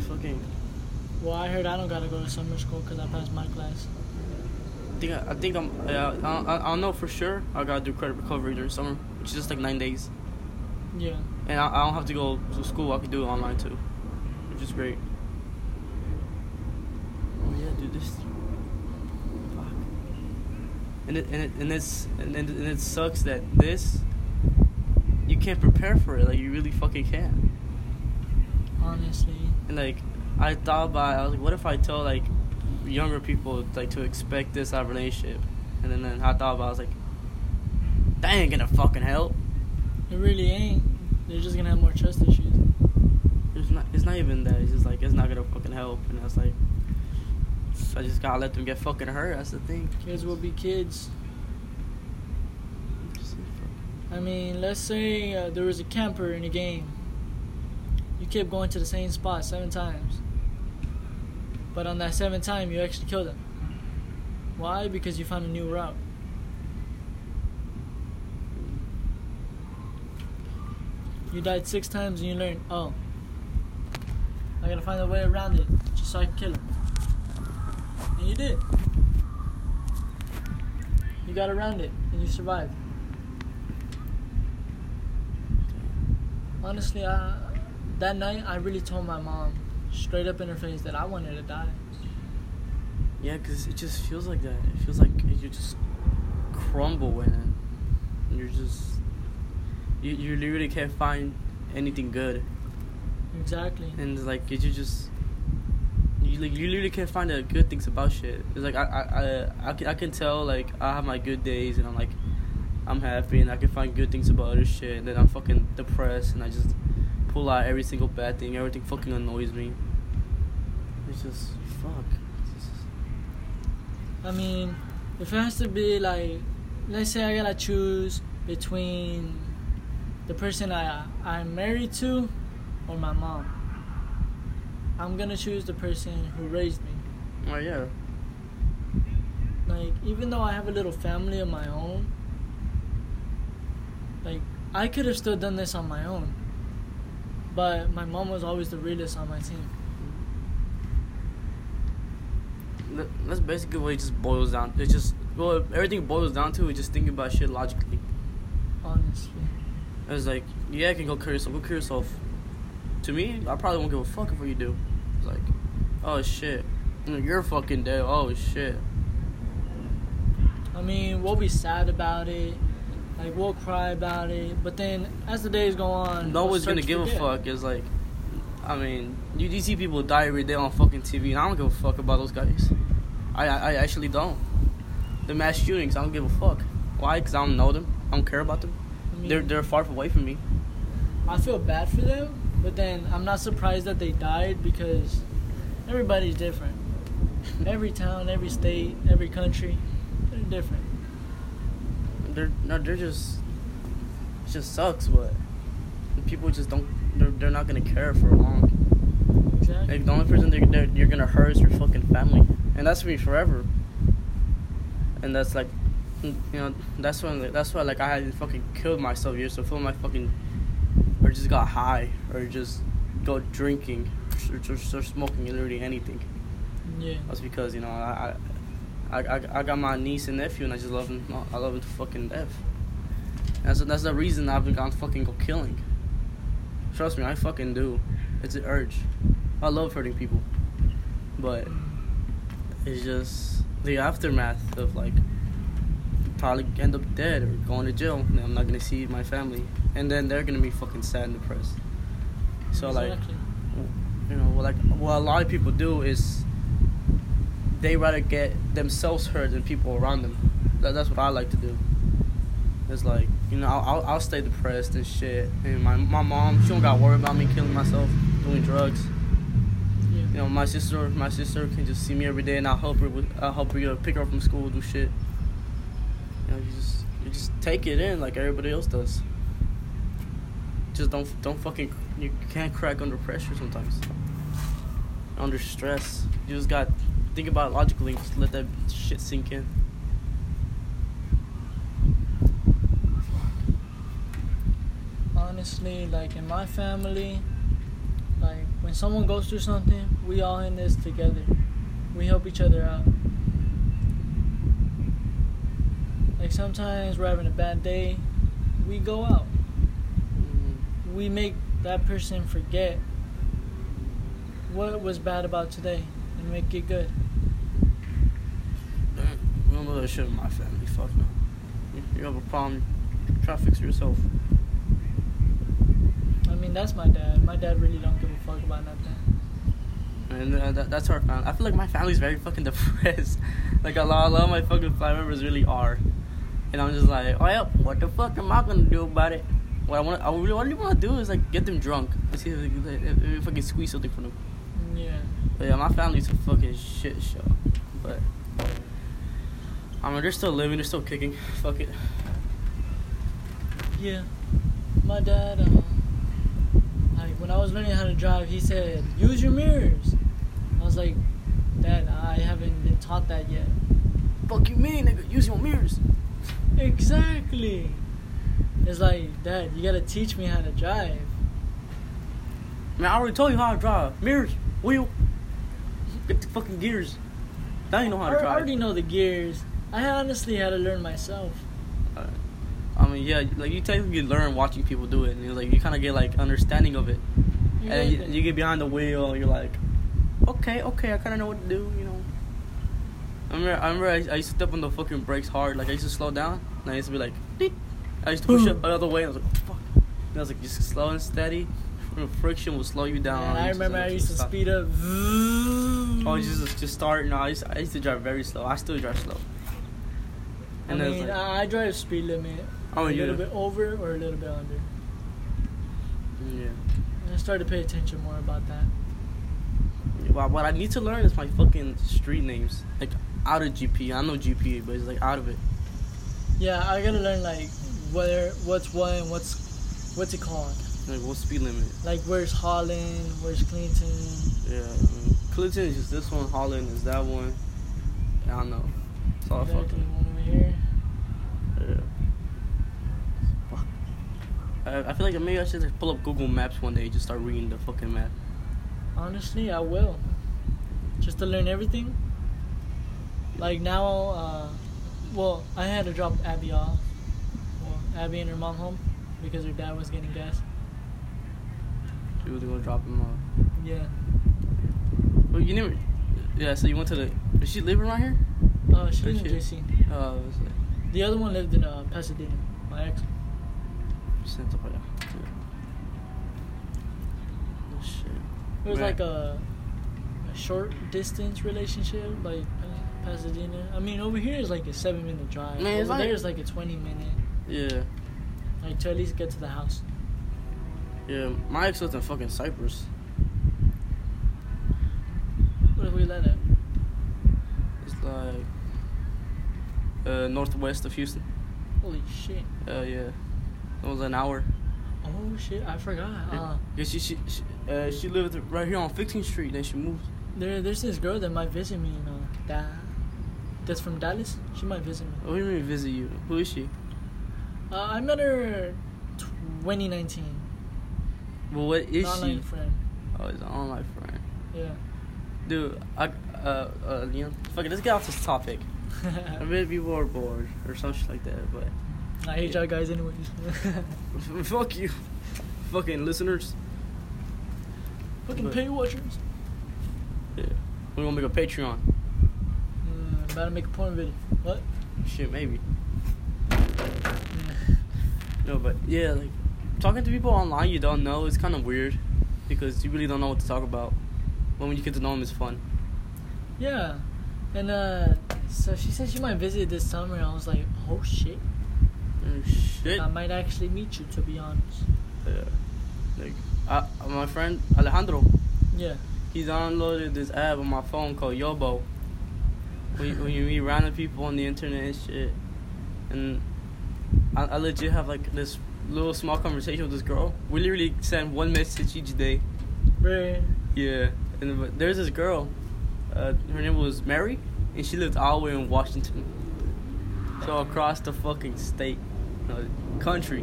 [SPEAKER 1] Fuck fucking.
[SPEAKER 2] Well, I heard I don't gotta go to summer school because I passed my class.
[SPEAKER 1] I think I, I think I'm. Uh, I, I, I don't know for sure. I gotta do credit recovery during summer, which is just like nine days,
[SPEAKER 2] Yeah.
[SPEAKER 1] and I, I don't have to go to school. I can do it online too, which is great. Oh yeah, dude, this. Fuck. And it and it and it's and, and, and it sucks that this. You can't prepare for it. Like you really fucking can't.
[SPEAKER 2] Honestly.
[SPEAKER 1] And like, I thought about, it, I was like, what if I tell like younger people like to expect this out of a relationship? And then, then I thought about, it, I was like, that ain't gonna fucking help.
[SPEAKER 2] It really ain't. They're just gonna have more trust issues.
[SPEAKER 1] It's not. It's not even that. It's just like it's not gonna fucking help. And I was like, I just gotta let them get fucking hurt. That's the thing.
[SPEAKER 2] Kids will be kids. I mean, let's say uh, there was a camper in a game. You kept going to the same spot seven times. But on that seventh time, you actually killed him. Why? Because you found a new route. You died six times and you learned, oh, I gotta find a way around it just so I can kill him. And you did. You got around it and you survived. Honestly, I, that night I really told my mom straight up in her face that I wanted to die.
[SPEAKER 1] Yeah, cause it just feels like that. It feels like you just crumble in it. And you're just. You you literally can't find anything good.
[SPEAKER 2] Exactly.
[SPEAKER 1] and it's like you just you like you literally can't find the good things about shit. It's like I I I, I, can, I can tell like I have my good days and I'm like I'm happy and I can find good things about other shit and then I'm fucking depressed and I just pull out every single bad thing. Everything fucking annoys me. It's just fuck. It's just-
[SPEAKER 2] I mean, if it has to be like, let's say I gotta choose between the person I I'm married to or my mom, I'm gonna choose the person who raised me.
[SPEAKER 1] Oh yeah.
[SPEAKER 2] Like, even though I have a little family of my own, like, I could have still done this on my own. But my mom was always the realest on my team.
[SPEAKER 1] Th- That's basically what it just boils down. It just well everything boils down to is just thinking about shit logically.
[SPEAKER 2] Honestly.
[SPEAKER 1] I was like, yeah, I can go kill yourself. Go kill yourself. To me, I probably won't give a fuck if what you do. It's like, oh shit, you're fucking dead. Oh shit.
[SPEAKER 2] I mean, we'll be sad about it. Like, we'll cry about it. But then, as the days go on,
[SPEAKER 1] No
[SPEAKER 2] we'll
[SPEAKER 1] one's
[SPEAKER 2] start
[SPEAKER 1] gonna
[SPEAKER 2] to
[SPEAKER 1] give a
[SPEAKER 2] forget.
[SPEAKER 1] fuck. It's like, I mean, you, you see people die every day on fucking TV, and I don't give a fuck about those guys. I I, I actually don't. The mass shootings, I don't give a fuck. Why? Cause I don't know them. I don't care about them.
[SPEAKER 2] I mean,
[SPEAKER 1] They're they're far away from me.
[SPEAKER 2] I feel bad for them, but then I'm not surprised that they died because everybody's different. every town, every state, every country, they're different.
[SPEAKER 1] They're no, they're just. It just sucks, but people just don't. They're, they're not gonna care for long.
[SPEAKER 2] Exactly.
[SPEAKER 1] Like the only person that that you're gonna hurt is your fucking family, and that's me forever. And that's like, you know, that's when that's why like I had fucking killed myself years to fill my fucking, or just got high, or just go drinking, or just or smoking, and literally anything.
[SPEAKER 2] Yeah.
[SPEAKER 1] That's because you know I, I, I, I- I got my niece and nephew, and I just love them. I love them to fucking death. That's that's the reason I've been gone fucking go killing. Trust me, I fucking do. It's an urge. I love hurting people, but it's just the aftermath of like probably end up dead or going to jail. And I'm not gonna see my family, and then they're gonna be fucking sad and depressed. So like
[SPEAKER 2] Exactly.
[SPEAKER 1] you know, well, like what a lot of people do is they rather get themselves hurt than people around them. That, that's what I like to do. It's like you know, I'll, I'll, I'll stay depressed and shit. And my my mom, she don't got worried about me killing myself, doing drugs.
[SPEAKER 2] yeah.
[SPEAKER 1] You know, my sister, my sister can just see me every day, and I'll help her with, I'll help her you know, pick her up from school, do shit. You know, you just you just take it in like everybody else does. Just don't don't fucking you can't crack under pressure sometimes. Under stress, you just got think about it logically. Just let that shit sink in.
[SPEAKER 2] honestly, like in my family, Like when someone goes through something, we all in this together. We help each other out. Like sometimes we're having a bad day, we go out. We make that person forget what was bad about today and make it good.
[SPEAKER 1] Dang, we don't know that shit in my family. Fuck no. You- You have a problem, try to fix it yourself.
[SPEAKER 2] I mean, that's my dad. My dad really don't give a fuck about nothing.
[SPEAKER 1] And uh, that, that's our family. I feel like my family's very fucking depressed. like a lot, a lot of my fucking family members really are. And I'm just like, oh yeah, what the fuck am I gonna do about it? What I want, I really, what I really want to do is like get them drunk and see if, they- if, if I can squeeze something from them.
[SPEAKER 2] Yeah.
[SPEAKER 1] But yeah, my family's a fucking shit show. But I mean, they're still living, they're still kicking. Fuck it.
[SPEAKER 2] Yeah. My dad, um, like when I was learning how to drive, he said, "Use your mirrors." I was like, "Dad, I haven't been taught that yet."
[SPEAKER 1] Fuck you, mean nigga. Use your mirrors.
[SPEAKER 2] Exactly. It's like, Dad, you gotta teach me how to drive.
[SPEAKER 1] Man, I already told you how to drive. Mirrors, wheel, get the fucking gears. Now you know how
[SPEAKER 2] I
[SPEAKER 1] to drive.
[SPEAKER 2] I already know the gears. I honestly had to learn myself.
[SPEAKER 1] I mean, yeah, like you technically learn watching people do it, and you like you kind of get like understanding of it, and then you,
[SPEAKER 2] really
[SPEAKER 1] you get behind the wheel, and you're like, okay, okay, I kind of know what to do, you know. I remember, I, remember I, I used to step on the fucking brakes hard, like I used to slow down, and I used to be like, Deep. I used to push
[SPEAKER 2] Boom.
[SPEAKER 1] up another way, and I was like, fuck, and I was like, just slow and steady, friction will slow you down.
[SPEAKER 2] And I
[SPEAKER 1] You just,
[SPEAKER 2] remember
[SPEAKER 1] like,
[SPEAKER 2] I
[SPEAKER 1] just
[SPEAKER 2] used to
[SPEAKER 1] stop.
[SPEAKER 2] speed up.
[SPEAKER 1] Oh,
[SPEAKER 2] Oh,
[SPEAKER 1] just just start. No, I used, I used to drive very slow. I still drive slow.
[SPEAKER 2] I
[SPEAKER 1] And then it's
[SPEAKER 2] mean,
[SPEAKER 1] like,
[SPEAKER 2] I I drive speed limit
[SPEAKER 1] oh
[SPEAKER 2] a little
[SPEAKER 1] yeah,
[SPEAKER 2] bit over or a little bit under.
[SPEAKER 1] yeah.
[SPEAKER 2] And I started to pay attention more about that.
[SPEAKER 1] Well, what I need to learn is my fucking street names. Like out of GP, I know GPA, but it's like out of it.
[SPEAKER 2] Yeah, I gotta learn like where, what's what, and what's what's it called?
[SPEAKER 1] Like what's speed limit?
[SPEAKER 2] Like where's Holland, where's Clinton?
[SPEAKER 1] Yeah, I mean, Clinton is just this one. Holland is that one. I don't know. It's all
[SPEAKER 2] There's
[SPEAKER 1] fucking.
[SPEAKER 2] one over here.
[SPEAKER 1] Yeah. Fuck. I, I feel like maybe I should just pull up Google Maps one day and just start reading the fucking map.
[SPEAKER 2] Honestly, I will. Just to learn everything. Like now, uh, well, I had to drop Abby off. Well, Abby and her mom home because her dad was getting gas.
[SPEAKER 1] She was gonna drop him off.
[SPEAKER 2] Yeah.
[SPEAKER 1] Well, you never. Yeah, so you went to the. Does she live around here?
[SPEAKER 2] Oh, she was in
[SPEAKER 1] Shit.
[SPEAKER 2] JC.
[SPEAKER 1] Oh, uh, it was like.
[SPEAKER 2] The other one lived in uh, Pasadena. My ex.
[SPEAKER 1] Santa Fe. Oh, shit.
[SPEAKER 2] It was
[SPEAKER 1] Right.
[SPEAKER 2] like a, a short distance relationship, like Pas- Pasadena. I mean, over here is like a seven minute drive.
[SPEAKER 1] Man, it's like-
[SPEAKER 2] over there is like a twenty minute,
[SPEAKER 1] Yeah.
[SPEAKER 2] like to at least get to the house.
[SPEAKER 1] Yeah, my ex lived in fucking Cyprus.
[SPEAKER 2] What if we let it?
[SPEAKER 1] It's like uh, northwest of Houston.
[SPEAKER 2] Holy shit!
[SPEAKER 1] Uh, yeah, it was an hour.
[SPEAKER 2] Oh shit! I forgot. Uh,
[SPEAKER 1] Yeah, she she she, uh, she lived right here on 15th Street. Then she moved.
[SPEAKER 2] there, there's this girl that might visit me. You know, that that's from Dallas. She might visit me.
[SPEAKER 1] Oh, you mean visit you? Who is she?
[SPEAKER 2] Uh, I met her 2019.
[SPEAKER 1] Well, what is
[SPEAKER 2] online
[SPEAKER 1] she?
[SPEAKER 2] friend.
[SPEAKER 1] Oh, it's an online friend.
[SPEAKER 2] Yeah.
[SPEAKER 1] Dude, I uh uh Leon. Fuck it, let's get off this topic. I bet people are bored or something like that. But
[SPEAKER 2] I hate y'all guys anyways.
[SPEAKER 1] fuck you, fucking listeners.
[SPEAKER 2] Fucking
[SPEAKER 1] But-
[SPEAKER 2] pay watchers.
[SPEAKER 1] Yeah, we're gonna make a Patreon.
[SPEAKER 2] Mm, about to make a porn video. What?
[SPEAKER 1] Shit, maybe. Hmm. No, but yeah, like talking to people online you don't know is kind of weird because you really don't know what to talk about. But when you get to know them, it's fun.
[SPEAKER 2] Yeah. And uh so she said she might visit this summer and I was like, Oh shit.
[SPEAKER 1] Oh, shit.
[SPEAKER 2] I might actually meet you to be honest.
[SPEAKER 1] Yeah. Like, I, my friend Alejandro,
[SPEAKER 2] Yeah.
[SPEAKER 1] he downloaded this app on my phone called Yobo. When you, when you meet random people on the internet and shit, and I, I legit have like this little small conversation with this girl. We literally send one message each day.
[SPEAKER 2] Right.
[SPEAKER 1] Yeah, and but there's this girl. Uh, her name was Mary, and she lived all the way in Washington. So across the fucking state, uh, no, country.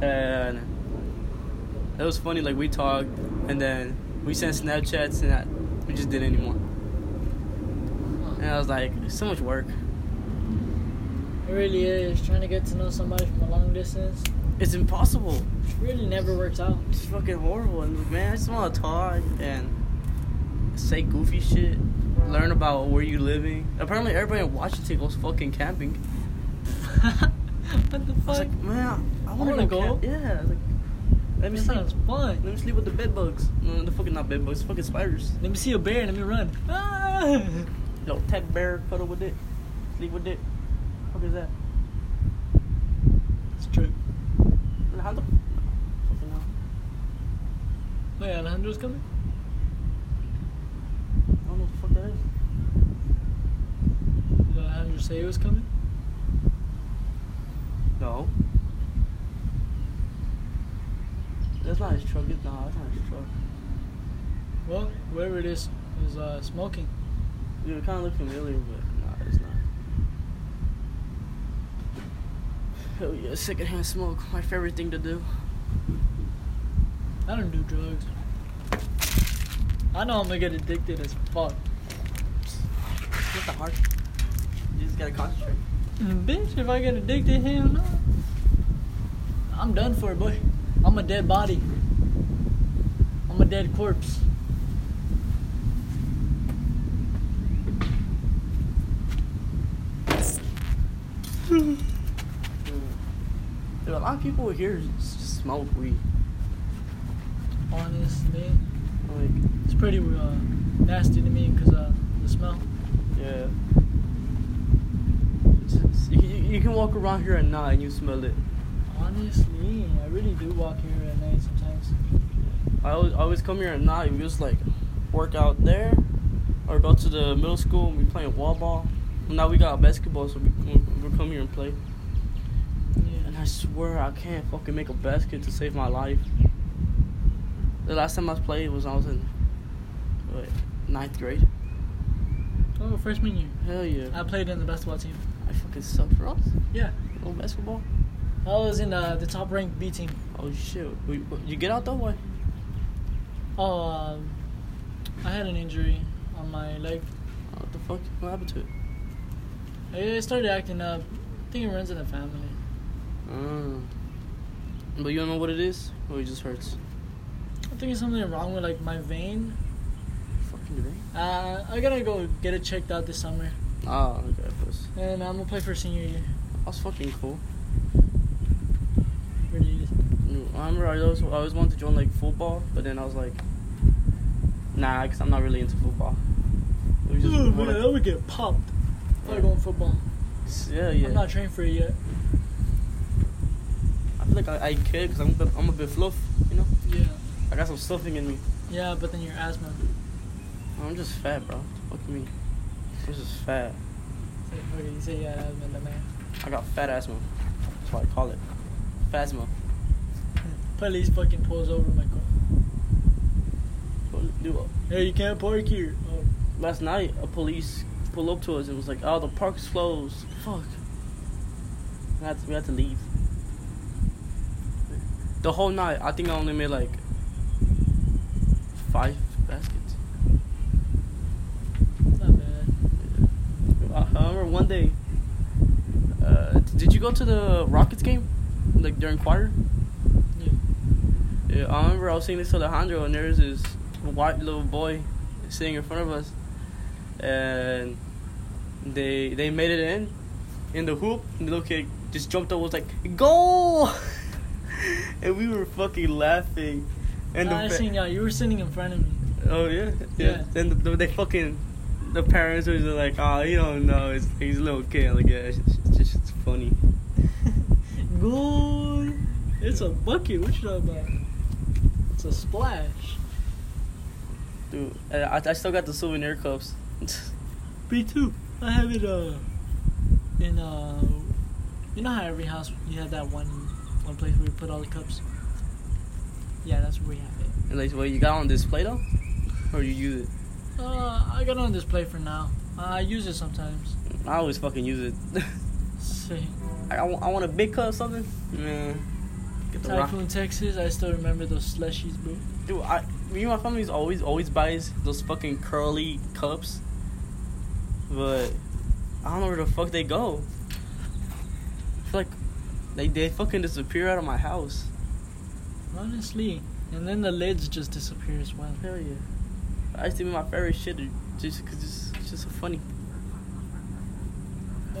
[SPEAKER 1] And It was funny. Like we talked, and then we sent Snapchats, and I, we just didn't anymore. And I was like, it's so much work.
[SPEAKER 2] It really is. Trying to get to know somebody from a long distance
[SPEAKER 1] It's impossible.
[SPEAKER 2] really never works out.
[SPEAKER 1] It's fucking horrible. And man, I just want to talk and say goofy shit. Learn about where you living. Apparently, everybody in Washington goes fucking camping.
[SPEAKER 2] what the
[SPEAKER 1] I was
[SPEAKER 2] fuck?
[SPEAKER 1] like, man, I, want
[SPEAKER 2] wanna
[SPEAKER 1] to go.
[SPEAKER 2] go.
[SPEAKER 1] Camp. Yeah, I was like, let me
[SPEAKER 2] That
[SPEAKER 1] sleep.
[SPEAKER 2] sounds fun.
[SPEAKER 1] Let me sleep with the bed bugs. No, the fucking not bed bugs. Fucking spiders.
[SPEAKER 2] Let me see a bear. Let me run. Ah!
[SPEAKER 1] Yo, pet bear, cuddle with it, sleep with it. Fuck is that?
[SPEAKER 2] It's true.
[SPEAKER 1] Alejandro? Fucking hell.
[SPEAKER 2] Wait, Alejandro's coming.
[SPEAKER 1] I don't know what the fuck that is.
[SPEAKER 2] Did Alejandro say he was coming?
[SPEAKER 1] No. That's not his truck. It's not. That's not his truck.
[SPEAKER 2] Well, wherever it is, is uh, smoking.
[SPEAKER 1] Dude, it kind of looked familiar, but nah, it's not. Hell yeah, secondhand smoke, my favorite thing to do.
[SPEAKER 2] I don't do drugs. I know I'm gonna get addicted as fuck.
[SPEAKER 1] It's not that hard. You just gotta concentrate.
[SPEAKER 2] Bitch, if I get addicted, hell no. I'm done for, boy. I'm a dead body. I'm a dead corpse.
[SPEAKER 1] Mm. Dude, a lot of people here s- smoke weed.
[SPEAKER 2] Honestly,
[SPEAKER 1] Like,
[SPEAKER 2] it's pretty uh, nasty to me because uh, the smell.
[SPEAKER 1] yeah. Just- you, you you can walk around here and not, and you smell it.
[SPEAKER 2] Honestly, I really do walk here at night sometimes.
[SPEAKER 1] I always, I always come here at night. We just like work out there, or go to the middle school. and We playing wall ball. Now we got basketball, so we we, we come here and play. And
[SPEAKER 2] Yeah.
[SPEAKER 1] I swear I can't fucking make a basket to save my life. The last time I played was when I was in what, ninth grade.
[SPEAKER 2] Oh, freshman year.
[SPEAKER 1] Hell yeah!
[SPEAKER 2] I played in the basketball team.
[SPEAKER 1] I fucking suck, bro.
[SPEAKER 2] Yeah.
[SPEAKER 1] No basketball.
[SPEAKER 2] I was in uh, the top ranked B team.
[SPEAKER 1] Oh shit! We, you get out that way?
[SPEAKER 2] Oh, um, I had an injury on my leg.
[SPEAKER 1] What the fuck? What happened to it?
[SPEAKER 2] I started acting up. I think it runs in the family.
[SPEAKER 1] Mm. But you don't know what it is, or it just hurts.
[SPEAKER 2] I think it's something wrong with like my vein.
[SPEAKER 1] Fucking great.
[SPEAKER 2] Uh, I gotta go get it checked out this summer,
[SPEAKER 1] Ah, okay, pues.
[SPEAKER 2] and I'm gonna play for senior year.
[SPEAKER 1] That's fucking cool.
[SPEAKER 2] Really is.
[SPEAKER 1] I remember I always, I always wanted to join like football, but then I was like, nah, because I'm not really into football. It was just
[SPEAKER 2] Ooh,
[SPEAKER 1] more
[SPEAKER 2] man,
[SPEAKER 1] like-
[SPEAKER 2] I would get popped. If I go in football.
[SPEAKER 1] yeah, yeah.
[SPEAKER 2] I'm not trained for it yet.
[SPEAKER 1] I feel like I, I care because I'm, a bit- I'm a bit fluff, you know?
[SPEAKER 2] Yeah.
[SPEAKER 1] I got some stuffing in me.
[SPEAKER 2] Yeah, but then your asthma.
[SPEAKER 1] I'm just fat, bro. Fuck me. I'm just fat.
[SPEAKER 2] It's like, Okay, you say yeah, asthma, then man.
[SPEAKER 1] I got fat asthma. That's what I call it. Phasma.
[SPEAKER 2] Police fucking pulls over my car.
[SPEAKER 1] Dude,
[SPEAKER 2] Hey, you can't park here. Oh,
[SPEAKER 1] last night a police pulled up to us and was like, "Oh, the park's closed." Fuck. We had to, we had to leave. The whole night, I think I only made like five baskets.
[SPEAKER 2] not bad.
[SPEAKER 1] I remember one day. Uh, did you go to the Rockets game, like during choir?
[SPEAKER 2] Yeah.
[SPEAKER 1] Yeah, I remember I was singing this to Alejandro, and there's this white little boy sitting in front of us, and they they made it in, in the hoop. And the little kid just jumped up, was like, "Goal!" and we were fucking laughing. And
[SPEAKER 2] I
[SPEAKER 1] the pa-
[SPEAKER 2] seen y'all. You were sitting in front of me.
[SPEAKER 1] oh yeah,
[SPEAKER 2] Yeah.
[SPEAKER 1] yeah. Then the, they fucking the parents were just like, "Oh, you don't know, it's, he's a little kid." I'm like, yeah, it's just, it's just it's funny.
[SPEAKER 2] Boy, it's a bucket. What you talking about? It's a splash.
[SPEAKER 1] Dude, and I, I still got the souvenir cups.
[SPEAKER 2] Me too. I have it uh in uh you know how every house you have that one one place where you put all the cups. Yeah, that's where we have it.
[SPEAKER 1] and like, well, you got it on display though, or you use it.
[SPEAKER 2] Uh, I got it on display for now. I use it sometimes.
[SPEAKER 1] I always fucking use it.
[SPEAKER 2] See,
[SPEAKER 1] I, I, wa- I want a big cup or something. Man, Get the rock.
[SPEAKER 2] Typhoon, Texas. I still remember those slushies, bro.
[SPEAKER 1] Dude, I, me and my family's always always buys those fucking curly cups, but I don't know where the fuck they go. I feel like they they fucking disappear out of my house.
[SPEAKER 2] Honestly. And then the lids just disappear as well.
[SPEAKER 1] Hell yeah. I used to be my favorite shit just because it's, it's just so funny.
[SPEAKER 2] Uh,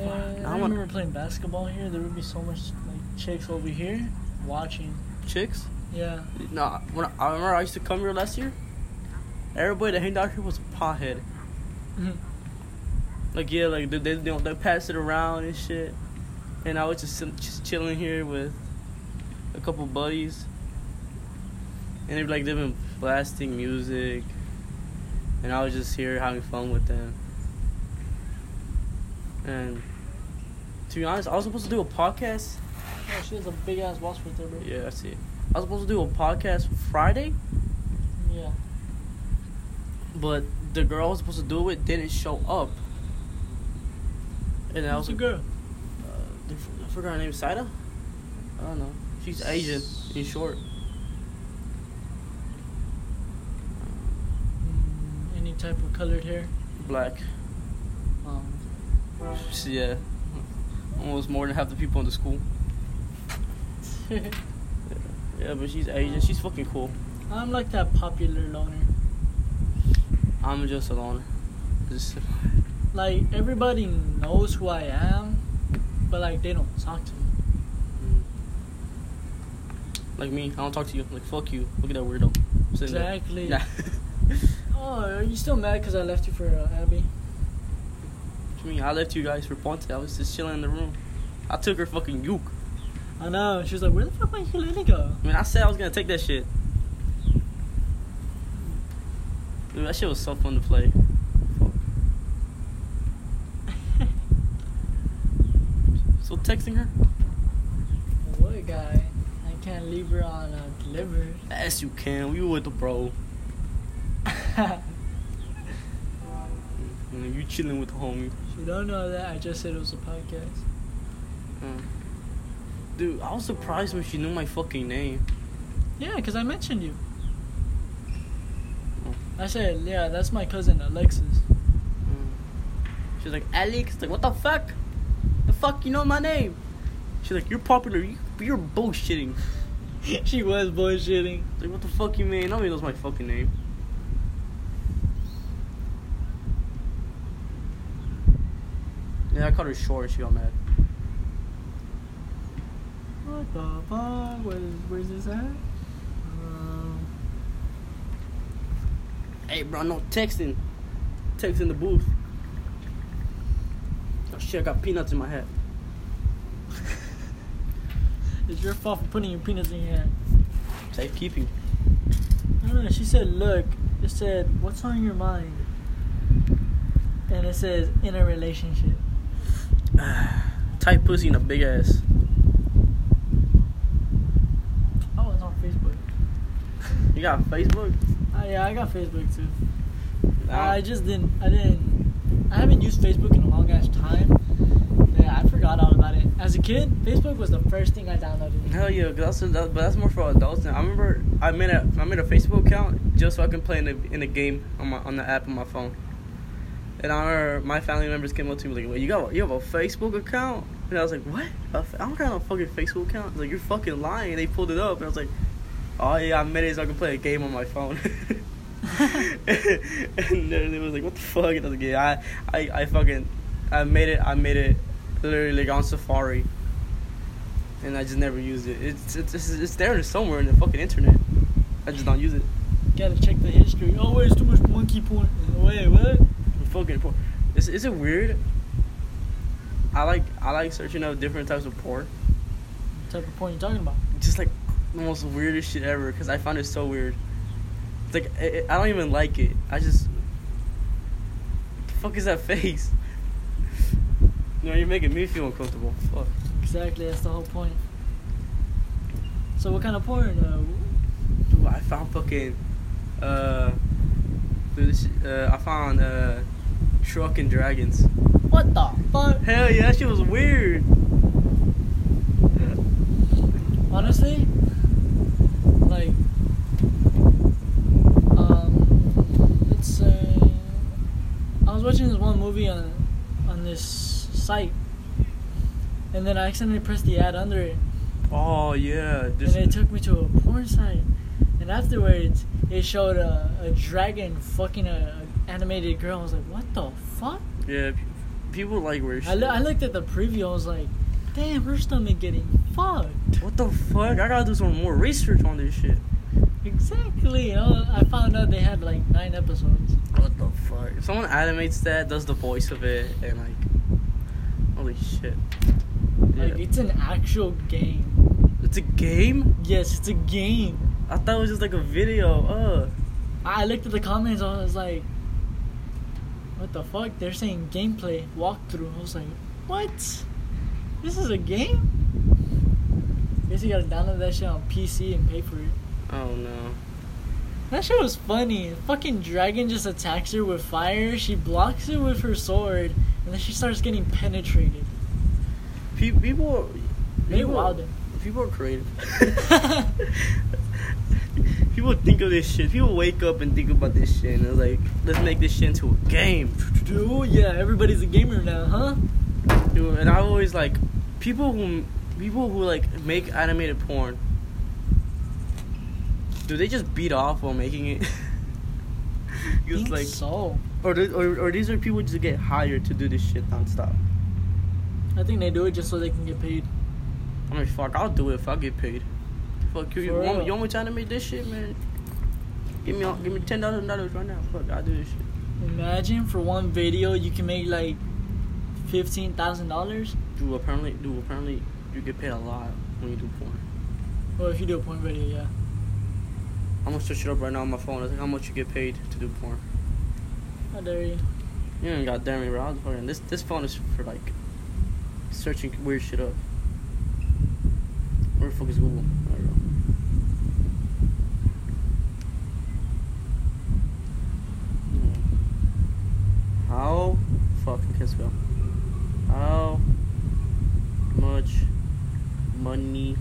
[SPEAKER 1] I
[SPEAKER 2] I
[SPEAKER 1] wanna-
[SPEAKER 2] remember playing basketball here. There would be so much like chicks over here watching.
[SPEAKER 1] Chicks?
[SPEAKER 2] Yeah.
[SPEAKER 1] No, when I, I remember I used to come here last year. Everybody that hanged out here was a pothead.
[SPEAKER 2] Oh,
[SPEAKER 1] Like yeah, like they they, they, they pass it around and shit. And I was just sit- just chilling here with a couple buddies. And they like they've been blasting music, and I was just here having fun with them. And to be honest, I was supposed to do a podcast
[SPEAKER 2] Oh, she has a big ass wasp right there, bro.
[SPEAKER 1] Yeah, I see. I was supposed to do a podcast Friday,
[SPEAKER 2] Yeah.
[SPEAKER 1] but the girl I was supposed to do it didn't show up. And I was
[SPEAKER 2] Who's the girl?
[SPEAKER 1] Uh, I forgot her name. Saida? I don't know. She's Asian in short.
[SPEAKER 2] Mm, any type of colored hair?
[SPEAKER 1] Black.
[SPEAKER 2] Um,
[SPEAKER 1] She's- yeah. Almost more than half the people in the school. Yeah, but she's Asian. She's fucking cool.
[SPEAKER 2] I'm like that popular loner.
[SPEAKER 1] I'm just a loner. Just, mm.
[SPEAKER 2] Like everybody knows who I am, but like they don't talk to me.
[SPEAKER 1] like me, I don't talk to you. Like, fuck you. Look at that weirdo. Sitting there.
[SPEAKER 2] Exactly.
[SPEAKER 1] Nah.
[SPEAKER 2] Oh, are you still mad because I left you for uh, Abby?
[SPEAKER 1] I mean, I left you guys for Ponte. I was just chilling in the room. I took her fucking uke.
[SPEAKER 2] I know. She was like, "Where the fuck my ukulele go?"
[SPEAKER 1] I mean, I said I was gonna take that shit. Dude, that shit was so fun to play. Fuck. so texting her?
[SPEAKER 2] What guy? I can't leave her on uh, delivered.
[SPEAKER 1] Yes, you can. We with the bro.
[SPEAKER 2] she
[SPEAKER 1] Mm-hmm. You, know, you chilling with the homie.
[SPEAKER 2] don't know that. I just said it was a podcast.
[SPEAKER 1] Mm. Dude, I was surprised when she knew my fucking name.
[SPEAKER 2] Yeah, because I mentioned you.
[SPEAKER 1] Oh.
[SPEAKER 2] I said, yeah, that's my cousin Alexis.
[SPEAKER 1] She's like, Alex, like, what the fuck? The fuck, you know my name? She's like, you're popular, you, you're bullshitting.
[SPEAKER 2] she was bullshitting.
[SPEAKER 1] Like, what the fuck you mean? Nobody knows my fucking name. Yeah, I called her short, she got mad.
[SPEAKER 2] What the fuck? Where, where's this at? Um,
[SPEAKER 1] Hey, bro, no texting. Texting the booth. Oh shit, I got peanuts in my head.
[SPEAKER 2] it's your fault for putting your penis in your hand.
[SPEAKER 1] Safekeeping.
[SPEAKER 2] No, no, she said, look, it said, what's on your mind? And it says, in a relationship.
[SPEAKER 1] Tight pussy and a big ass.
[SPEAKER 2] Oh, it's on Facebook.
[SPEAKER 1] You got Facebook?
[SPEAKER 2] Oh, yeah, I got Facebook too.
[SPEAKER 1] Nah.
[SPEAKER 2] I just didn't. I didn't. I haven't used Facebook in a long ass time. Yeah, I forgot all about it. As a kid, Facebook was the first thing I downloaded.
[SPEAKER 1] Hell yeah, 'cause that's that, but that's more for adults. Now. I remember I made a I made a Facebook account just so I can play in the in the game on my on the app on my phone. And I remember my family members came up to me like, "Wait, you got you have a Facebook account?" And I was like, "What? A f- I don't got no fucking Facebook account." Like you're fucking lying. They pulled it up, and I was like, "Oh yeah, I made it so I can play a game on my phone." and they was like, "What the fuck?" And I was like, "Yeah, I, I, I fucking, I made it. I made it, literally like on Safari." and I just never used it. It's it's it's, it's there somewhere in the fucking internet. I just don't use it.
[SPEAKER 2] Gotta check the history. Oh wait, it's too much monkey porn. Wait, what?
[SPEAKER 1] I'm fucking poor. Is is it weird? I like I like searching up different types of porn.
[SPEAKER 2] What type of porn you talking about?
[SPEAKER 1] Just like the most weirdest shit ever because I find it so weird. It's like i i I don't even like it. I just the fuck is that face? No, you're making me feel uncomfortable. Fuck.
[SPEAKER 2] Exactly, that's the whole point. So what kind of porn? Uh,
[SPEAKER 1] Dude, I found fucking uh, dude, this, uh I found uh, truck and dragons.
[SPEAKER 2] what the fuck?
[SPEAKER 1] Hell yeah, that shit was weird.
[SPEAKER 2] honestly, like, um, let's say I was watching this one movie on on this site, and then I accidentally pressed the ad under it,
[SPEAKER 1] Oh yeah.
[SPEAKER 2] and it took me to a porn site, and afterwards it showed a, a dragon fucking a, a animated girl. I was like, what the fuck?
[SPEAKER 1] yeah. pe- People like weird
[SPEAKER 2] I,
[SPEAKER 1] shit.
[SPEAKER 2] loo- I looked at the preview. I was like, damn, her stomach getting fucked.
[SPEAKER 1] What the fuck? I gotta do some more research on this shit.
[SPEAKER 2] Exactly. And all- I found out they had like nine episodes.
[SPEAKER 1] What the fuck? If someone animates that, does the voice of it, and like, holy shit. Yeah.
[SPEAKER 2] Like it's an actual game.
[SPEAKER 1] it's a game?
[SPEAKER 2] Yes, it's a game.
[SPEAKER 1] I thought it was just like a video. Uh,
[SPEAKER 2] I I looked at the comments. I was like, what the fuck? They're saying gameplay walkthrough. I was like, what? This is a game? Guess you gotta download that shit on PC and pay for it.
[SPEAKER 1] oh no.
[SPEAKER 2] That shit was funny. Fucking dragon just attacks her with fire. She blocks it with her sword, and then she starts getting penetrated.
[SPEAKER 1] Pe- people,
[SPEAKER 2] They
[SPEAKER 1] people,
[SPEAKER 2] wilded.
[SPEAKER 1] people are creative. people think of this shit. People wake up and think about this shit, and it's like, let's make this shit into a game.
[SPEAKER 2] Dude, yeah, everybody's a gamer now, huh?
[SPEAKER 1] Dude, and I always like people who people who like make animated porn. Do they just beat off while making it? It's
[SPEAKER 2] Think
[SPEAKER 1] like,
[SPEAKER 2] so.
[SPEAKER 1] or, th- or or these are people just get hired to do this shit nonstop.
[SPEAKER 2] I think they do it just so they can get paid.
[SPEAKER 1] I mean, fuck, I'll do it if I get paid. Fuck you, you
[SPEAKER 2] For
[SPEAKER 1] want,
[SPEAKER 2] real.
[SPEAKER 1] you want me to animate this shit, man? Give me all- give me ten thousand dollars right now. Fuck, I'll do this shit.
[SPEAKER 2] Imagine for one video you can make like fifteen thousand dollars.
[SPEAKER 1] Dude, apparently, dude, apparently, you get paid a lot when you do porn.
[SPEAKER 2] Well, if you do a porn video, yeah.
[SPEAKER 1] I'm gonna search it up right now on my phone. That's how much you get paid to do porn.
[SPEAKER 2] How dare you?
[SPEAKER 1] You ain't got damn me, bro. I was fucking- This this phone is for like searching weird shit up. Where the fuck is Google? I don't know. Hmm. How fuck I can't spell. How much money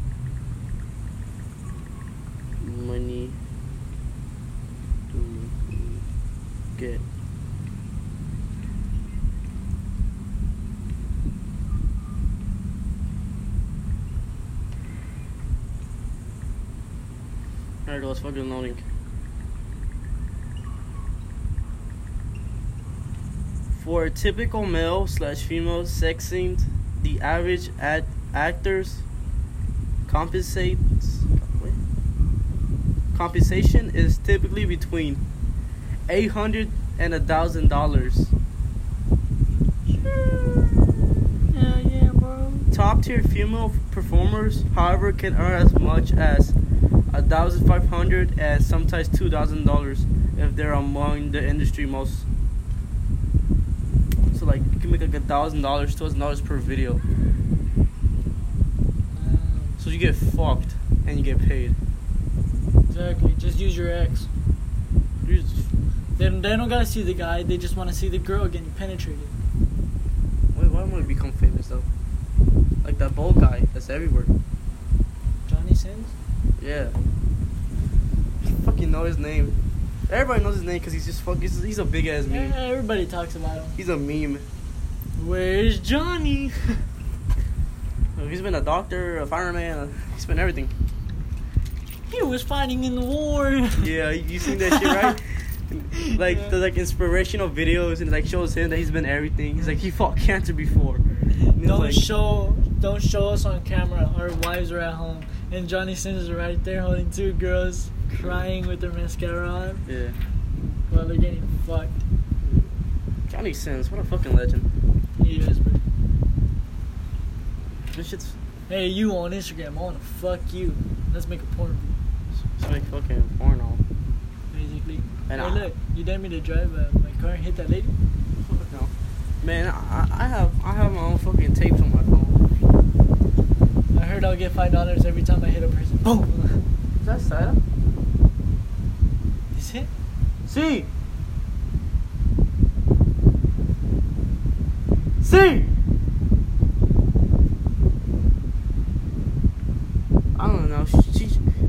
[SPEAKER 1] money do you get Alright, let's fucking loading. For a typical male slash female sex scene, the average ad- actors compensates wait. compensation is typically between eight hundred and a thousand dollars.
[SPEAKER 2] Hell yeah, bro.
[SPEAKER 1] Top tier female performers, however, can earn as much as a thousand five hundred and sometimes two thousand dollars if they're among the industry most. So like you can make like a thousand dollars, two thousand dollars per video.
[SPEAKER 2] Um,
[SPEAKER 1] So you get fucked and you get paid.
[SPEAKER 2] exactly. Just use your ex.
[SPEAKER 1] You just-
[SPEAKER 2] They, they don't gotta see the guy. They just want to see the girl getting penetrated.
[SPEAKER 1] Wait, why am I become famous though? Like that bald guy that's everywhere.
[SPEAKER 2] Johnny Sins.
[SPEAKER 1] Yeah. You fucking know his name. Everybody knows his name because he's just fuck. He's, he's a big ass
[SPEAKER 2] Yeah,
[SPEAKER 1] meme.
[SPEAKER 2] everybody talks about him.
[SPEAKER 1] Mm-hmm. He's a meme.
[SPEAKER 2] Where's Johnny?
[SPEAKER 1] He's been a doctor, a fireman. uh, He's been everything.
[SPEAKER 2] he was fighting in the war.
[SPEAKER 1] Yeah, you you seen that shit, right? like
[SPEAKER 2] Yeah.
[SPEAKER 1] the like inspirational videos and like shows him that he's been everything. He's like he fought cancer before. And it's
[SPEAKER 2] Don't
[SPEAKER 1] like,
[SPEAKER 2] show, don't show us on camera. Our wives are at home, and Johnny Sins is right there holding two girls, crying with their mascara on
[SPEAKER 1] Yeah,
[SPEAKER 2] while they're getting fucked.
[SPEAKER 1] Johnny Sins, what a fucking legend.
[SPEAKER 2] He is, bro.
[SPEAKER 1] This shit's
[SPEAKER 2] Hey, you on Instagram? I wanna fuck you. Let's make a porn
[SPEAKER 1] it's like fucking porno.
[SPEAKER 2] video, basically.
[SPEAKER 1] And
[SPEAKER 2] hey,
[SPEAKER 1] I-
[SPEAKER 2] look, you dare me to drive uh, my car and hit that lady?
[SPEAKER 1] Fuck no. Man, I, I have I have my own fucking tapes on my phone.
[SPEAKER 2] I heard I'll get five dollars every time I hit a person. Boom.
[SPEAKER 1] Is that Sada?
[SPEAKER 2] Is it?
[SPEAKER 1] See. See. I don't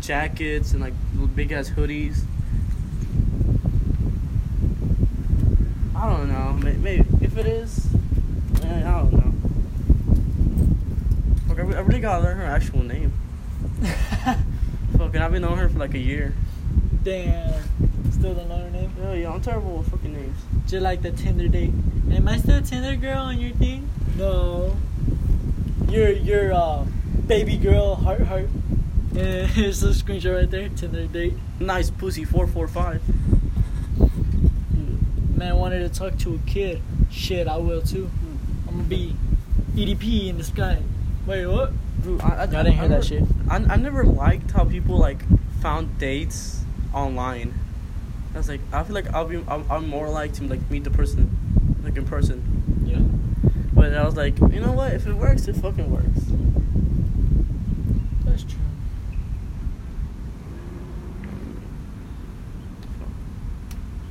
[SPEAKER 1] jackets and like big ass hoodies. I don't know. may- Maybe if it is, man, I don't know. Fuck, I re- I really gotta learn her actual name. Fucking, I've been on her for like a year.
[SPEAKER 2] Damn. Still don't know her name.
[SPEAKER 1] Yeah, yeah, I'm terrible with fucking names.
[SPEAKER 2] Just like the Tinder date. Am I still Tinder girl on your thing? No. You're you're uh, baby girl heart heart. Yeah, here's the screenshot right there. Tinder date.
[SPEAKER 1] Nice pussy, four four five. Hmm.
[SPEAKER 2] Man wanted to talk to a kid. Shit, I will too. I'm gonna be EDP in the sky. Wait, what?
[SPEAKER 1] Dude, I, I,
[SPEAKER 2] Y'all didn't hear
[SPEAKER 1] I
[SPEAKER 2] that
[SPEAKER 1] never-
[SPEAKER 2] shit.
[SPEAKER 1] I, I never liked how people like found dates online. I was like, I feel like I'll be, I'm, I'm more like to like meet the person, like in person.
[SPEAKER 2] Yeah.
[SPEAKER 1] But I was like, you know what? If it works, it fucking works.
[SPEAKER 2] That's true.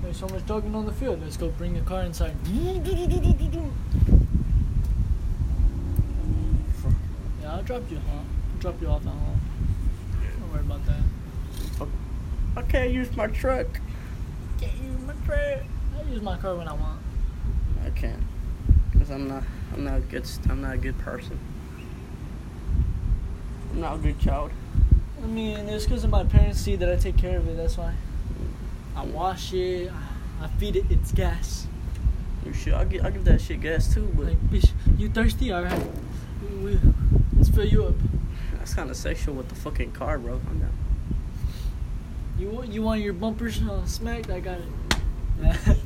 [SPEAKER 2] There's so much talking on the field. Let's go bring the car inside. Yeah, I'll drop you, huh? I'll drop you off at home. Don't worry about that.
[SPEAKER 1] I can't use my truck.
[SPEAKER 2] Can't use my car. I use my car when I want.
[SPEAKER 1] I can't, cause I'm not, I'm not a good, s- I'm not a good person. I'm not a good child.
[SPEAKER 2] I mean, it's because my parents see that I take care of it. That's why. I wash it. I- I feed it its gas.
[SPEAKER 1] You shit, I give, I give that shit gas too, but
[SPEAKER 2] Like, bitch, you thirsty? All right. We, let's fill you up.
[SPEAKER 1] that's kind of sexual with the fucking car, bro. I'm not.
[SPEAKER 2] You want you want your bumpers uh, smacked? I got it.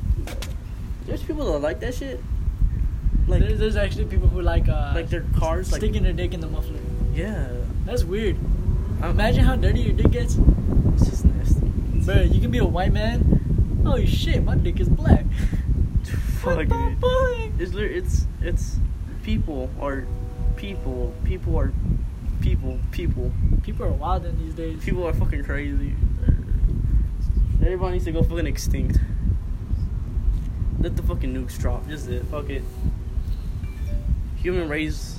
[SPEAKER 1] There's people that like that shit.
[SPEAKER 2] like,
[SPEAKER 1] Like,
[SPEAKER 2] there's, there's actually people who like uh
[SPEAKER 1] like their cars, like Uh-huh.
[SPEAKER 2] sticking their dick in the muffler.
[SPEAKER 1] yeah.
[SPEAKER 2] That's weird.
[SPEAKER 1] I'm-
[SPEAKER 2] Imagine how dirty your dick gets,
[SPEAKER 1] it's just nasty.
[SPEAKER 2] bro. You can be a white man. Oh shit, my dick is black.
[SPEAKER 1] Fuck
[SPEAKER 2] the
[SPEAKER 1] it.
[SPEAKER 2] fuck?
[SPEAKER 1] It's lit- it's it's people are people. People are people. People.
[SPEAKER 2] People are wild in these days.
[SPEAKER 1] People are fucking crazy. Everybody needs to go fucking extinct. Let the fucking nukes drop. Just it. Fuck it. Human race.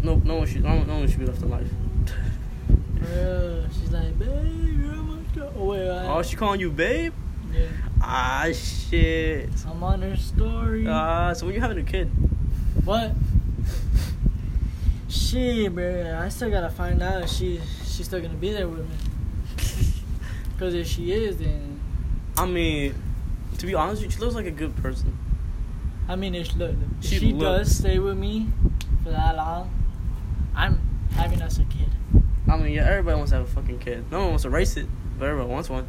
[SPEAKER 1] No, no one should. No one should be left alive.
[SPEAKER 2] Bro, she's like, babe, you're my girl." Oh wait, I,
[SPEAKER 1] Oh, she calling you babe?
[SPEAKER 2] yeah,
[SPEAKER 1] Ah, shit.
[SPEAKER 2] I'm on her story.
[SPEAKER 1] Ah, so when you having a kid?
[SPEAKER 2] What? Shit, bro. I still gotta find out if she she's still gonna be there with me. Cause if she is, then
[SPEAKER 1] I mean, to be honest, with you, she looks like a good person.
[SPEAKER 2] I mean, if look, if
[SPEAKER 1] She
[SPEAKER 2] she,
[SPEAKER 1] looks-
[SPEAKER 2] does stay with me for that long, I'm having us a kid.
[SPEAKER 1] I mean, yeah, everybody wants to have a fucking kid. No one wants to race it, but everybody wants one.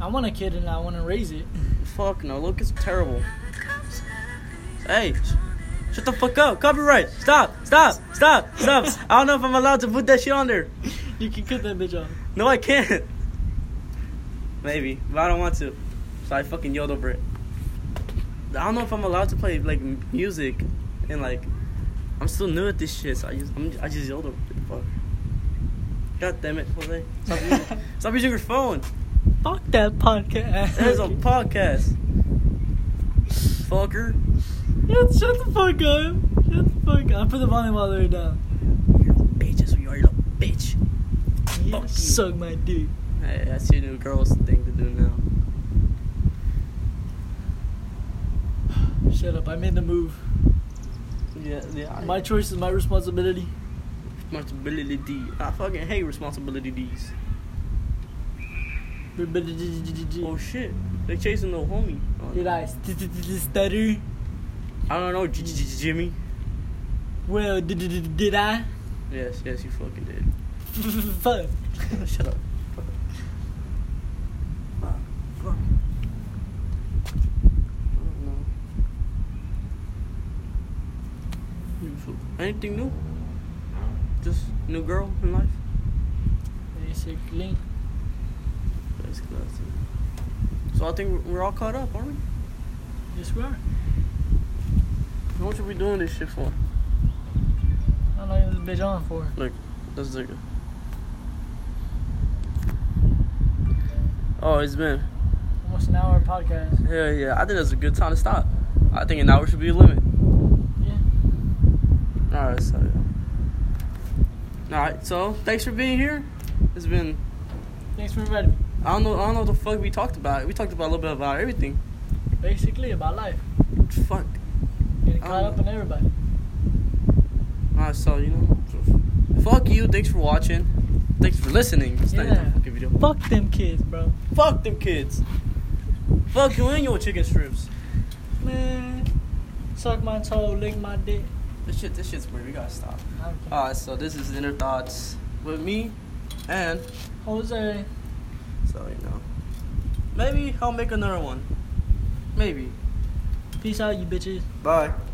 [SPEAKER 2] I want a kid and I want to raise it.
[SPEAKER 1] Fuck no, look, it's terrible. Hey, sh- shut the fuck up. Copyright. Stop, stop, stop, stop. I don't know if I'm allowed to put that shit on there.
[SPEAKER 2] you can cut that bitch off.
[SPEAKER 1] No, I can't. Maybe, but I don't want to. So I fucking yelled over it. I don't know if I'm allowed to play like m- music, and like I'm still new at this shit. So I just I'm, I just yelled over it. Fuck. God damn it, Jose! Stop using, stop using your phone.
[SPEAKER 2] Fuck that podcast.
[SPEAKER 1] There's a podcast. Fucker.
[SPEAKER 2] Yeah, shut the fuck up. Shut the fuck up. I put the volume all the way down.
[SPEAKER 1] You little bitch. That's what you are. You little bitch.
[SPEAKER 2] You
[SPEAKER 1] Fuck you.
[SPEAKER 2] Suck my dick.
[SPEAKER 1] Hey, that's your new girl's thing to do now.
[SPEAKER 2] Shut up. I made the move.
[SPEAKER 1] Yeah, yeah.
[SPEAKER 2] My choice is my responsibility.
[SPEAKER 1] responsibility. I fucking hate responsibility D's. Oh
[SPEAKER 2] Did
[SPEAKER 1] shit, they chasing the homie. Oh, no.
[SPEAKER 2] I st- st- st- stutter?
[SPEAKER 1] I don't know, J- J- J- Jimmy.
[SPEAKER 2] Well, did, did, did- did I?
[SPEAKER 1] Yes, yes, you fucking did.
[SPEAKER 2] Fuck.
[SPEAKER 1] Shut up. Fuck up. Fuck. Ah, Fuck. Oh, no. You fool. Anything new? Just new girl in life?
[SPEAKER 2] Basically.
[SPEAKER 1] That's classy. So I think we're- we're all caught up, aren't we?
[SPEAKER 2] Yes, we are.
[SPEAKER 1] How much are we doing this shit for?
[SPEAKER 2] How long is this bitch on for?
[SPEAKER 1] Look, let's take it. Oh, it's been.
[SPEAKER 2] Almost an hour podcast.
[SPEAKER 1] Hell yeah. I think that's a good time to stop. I think an hour should be the limit.
[SPEAKER 2] Yeah.
[SPEAKER 1] Alright, so yeah. All right. So thanks for being here. It's been
[SPEAKER 2] Thanks for inviting me.
[SPEAKER 1] I don't know I don't know what the fuck we talked about. We talked about a little bit about everything.
[SPEAKER 2] Basically about life.
[SPEAKER 1] Fuck.
[SPEAKER 2] Getting
[SPEAKER 1] I
[SPEAKER 2] caught
[SPEAKER 1] don't
[SPEAKER 2] up
[SPEAKER 1] know.
[SPEAKER 2] in everybody.
[SPEAKER 1] All right. So you know, fuck you. Thanks for watching. Thanks for listening. It's not even a
[SPEAKER 2] Yeah.
[SPEAKER 1] fucking video.
[SPEAKER 2] Fuck them kids, bro.
[SPEAKER 1] Fuck them kids. Fuck you and your chicken strips.
[SPEAKER 2] Man. Suck my toe, lick my dick.
[SPEAKER 1] This shit, this shit's weird. We gotta stop.
[SPEAKER 2] I'm kidding.
[SPEAKER 1] Alright, so this is Inner Thoughts with me, and
[SPEAKER 2] Jose.
[SPEAKER 1] so you know, maybe I'll make another one. Maybe.
[SPEAKER 2] Peace out, you bitches.
[SPEAKER 1] Bye.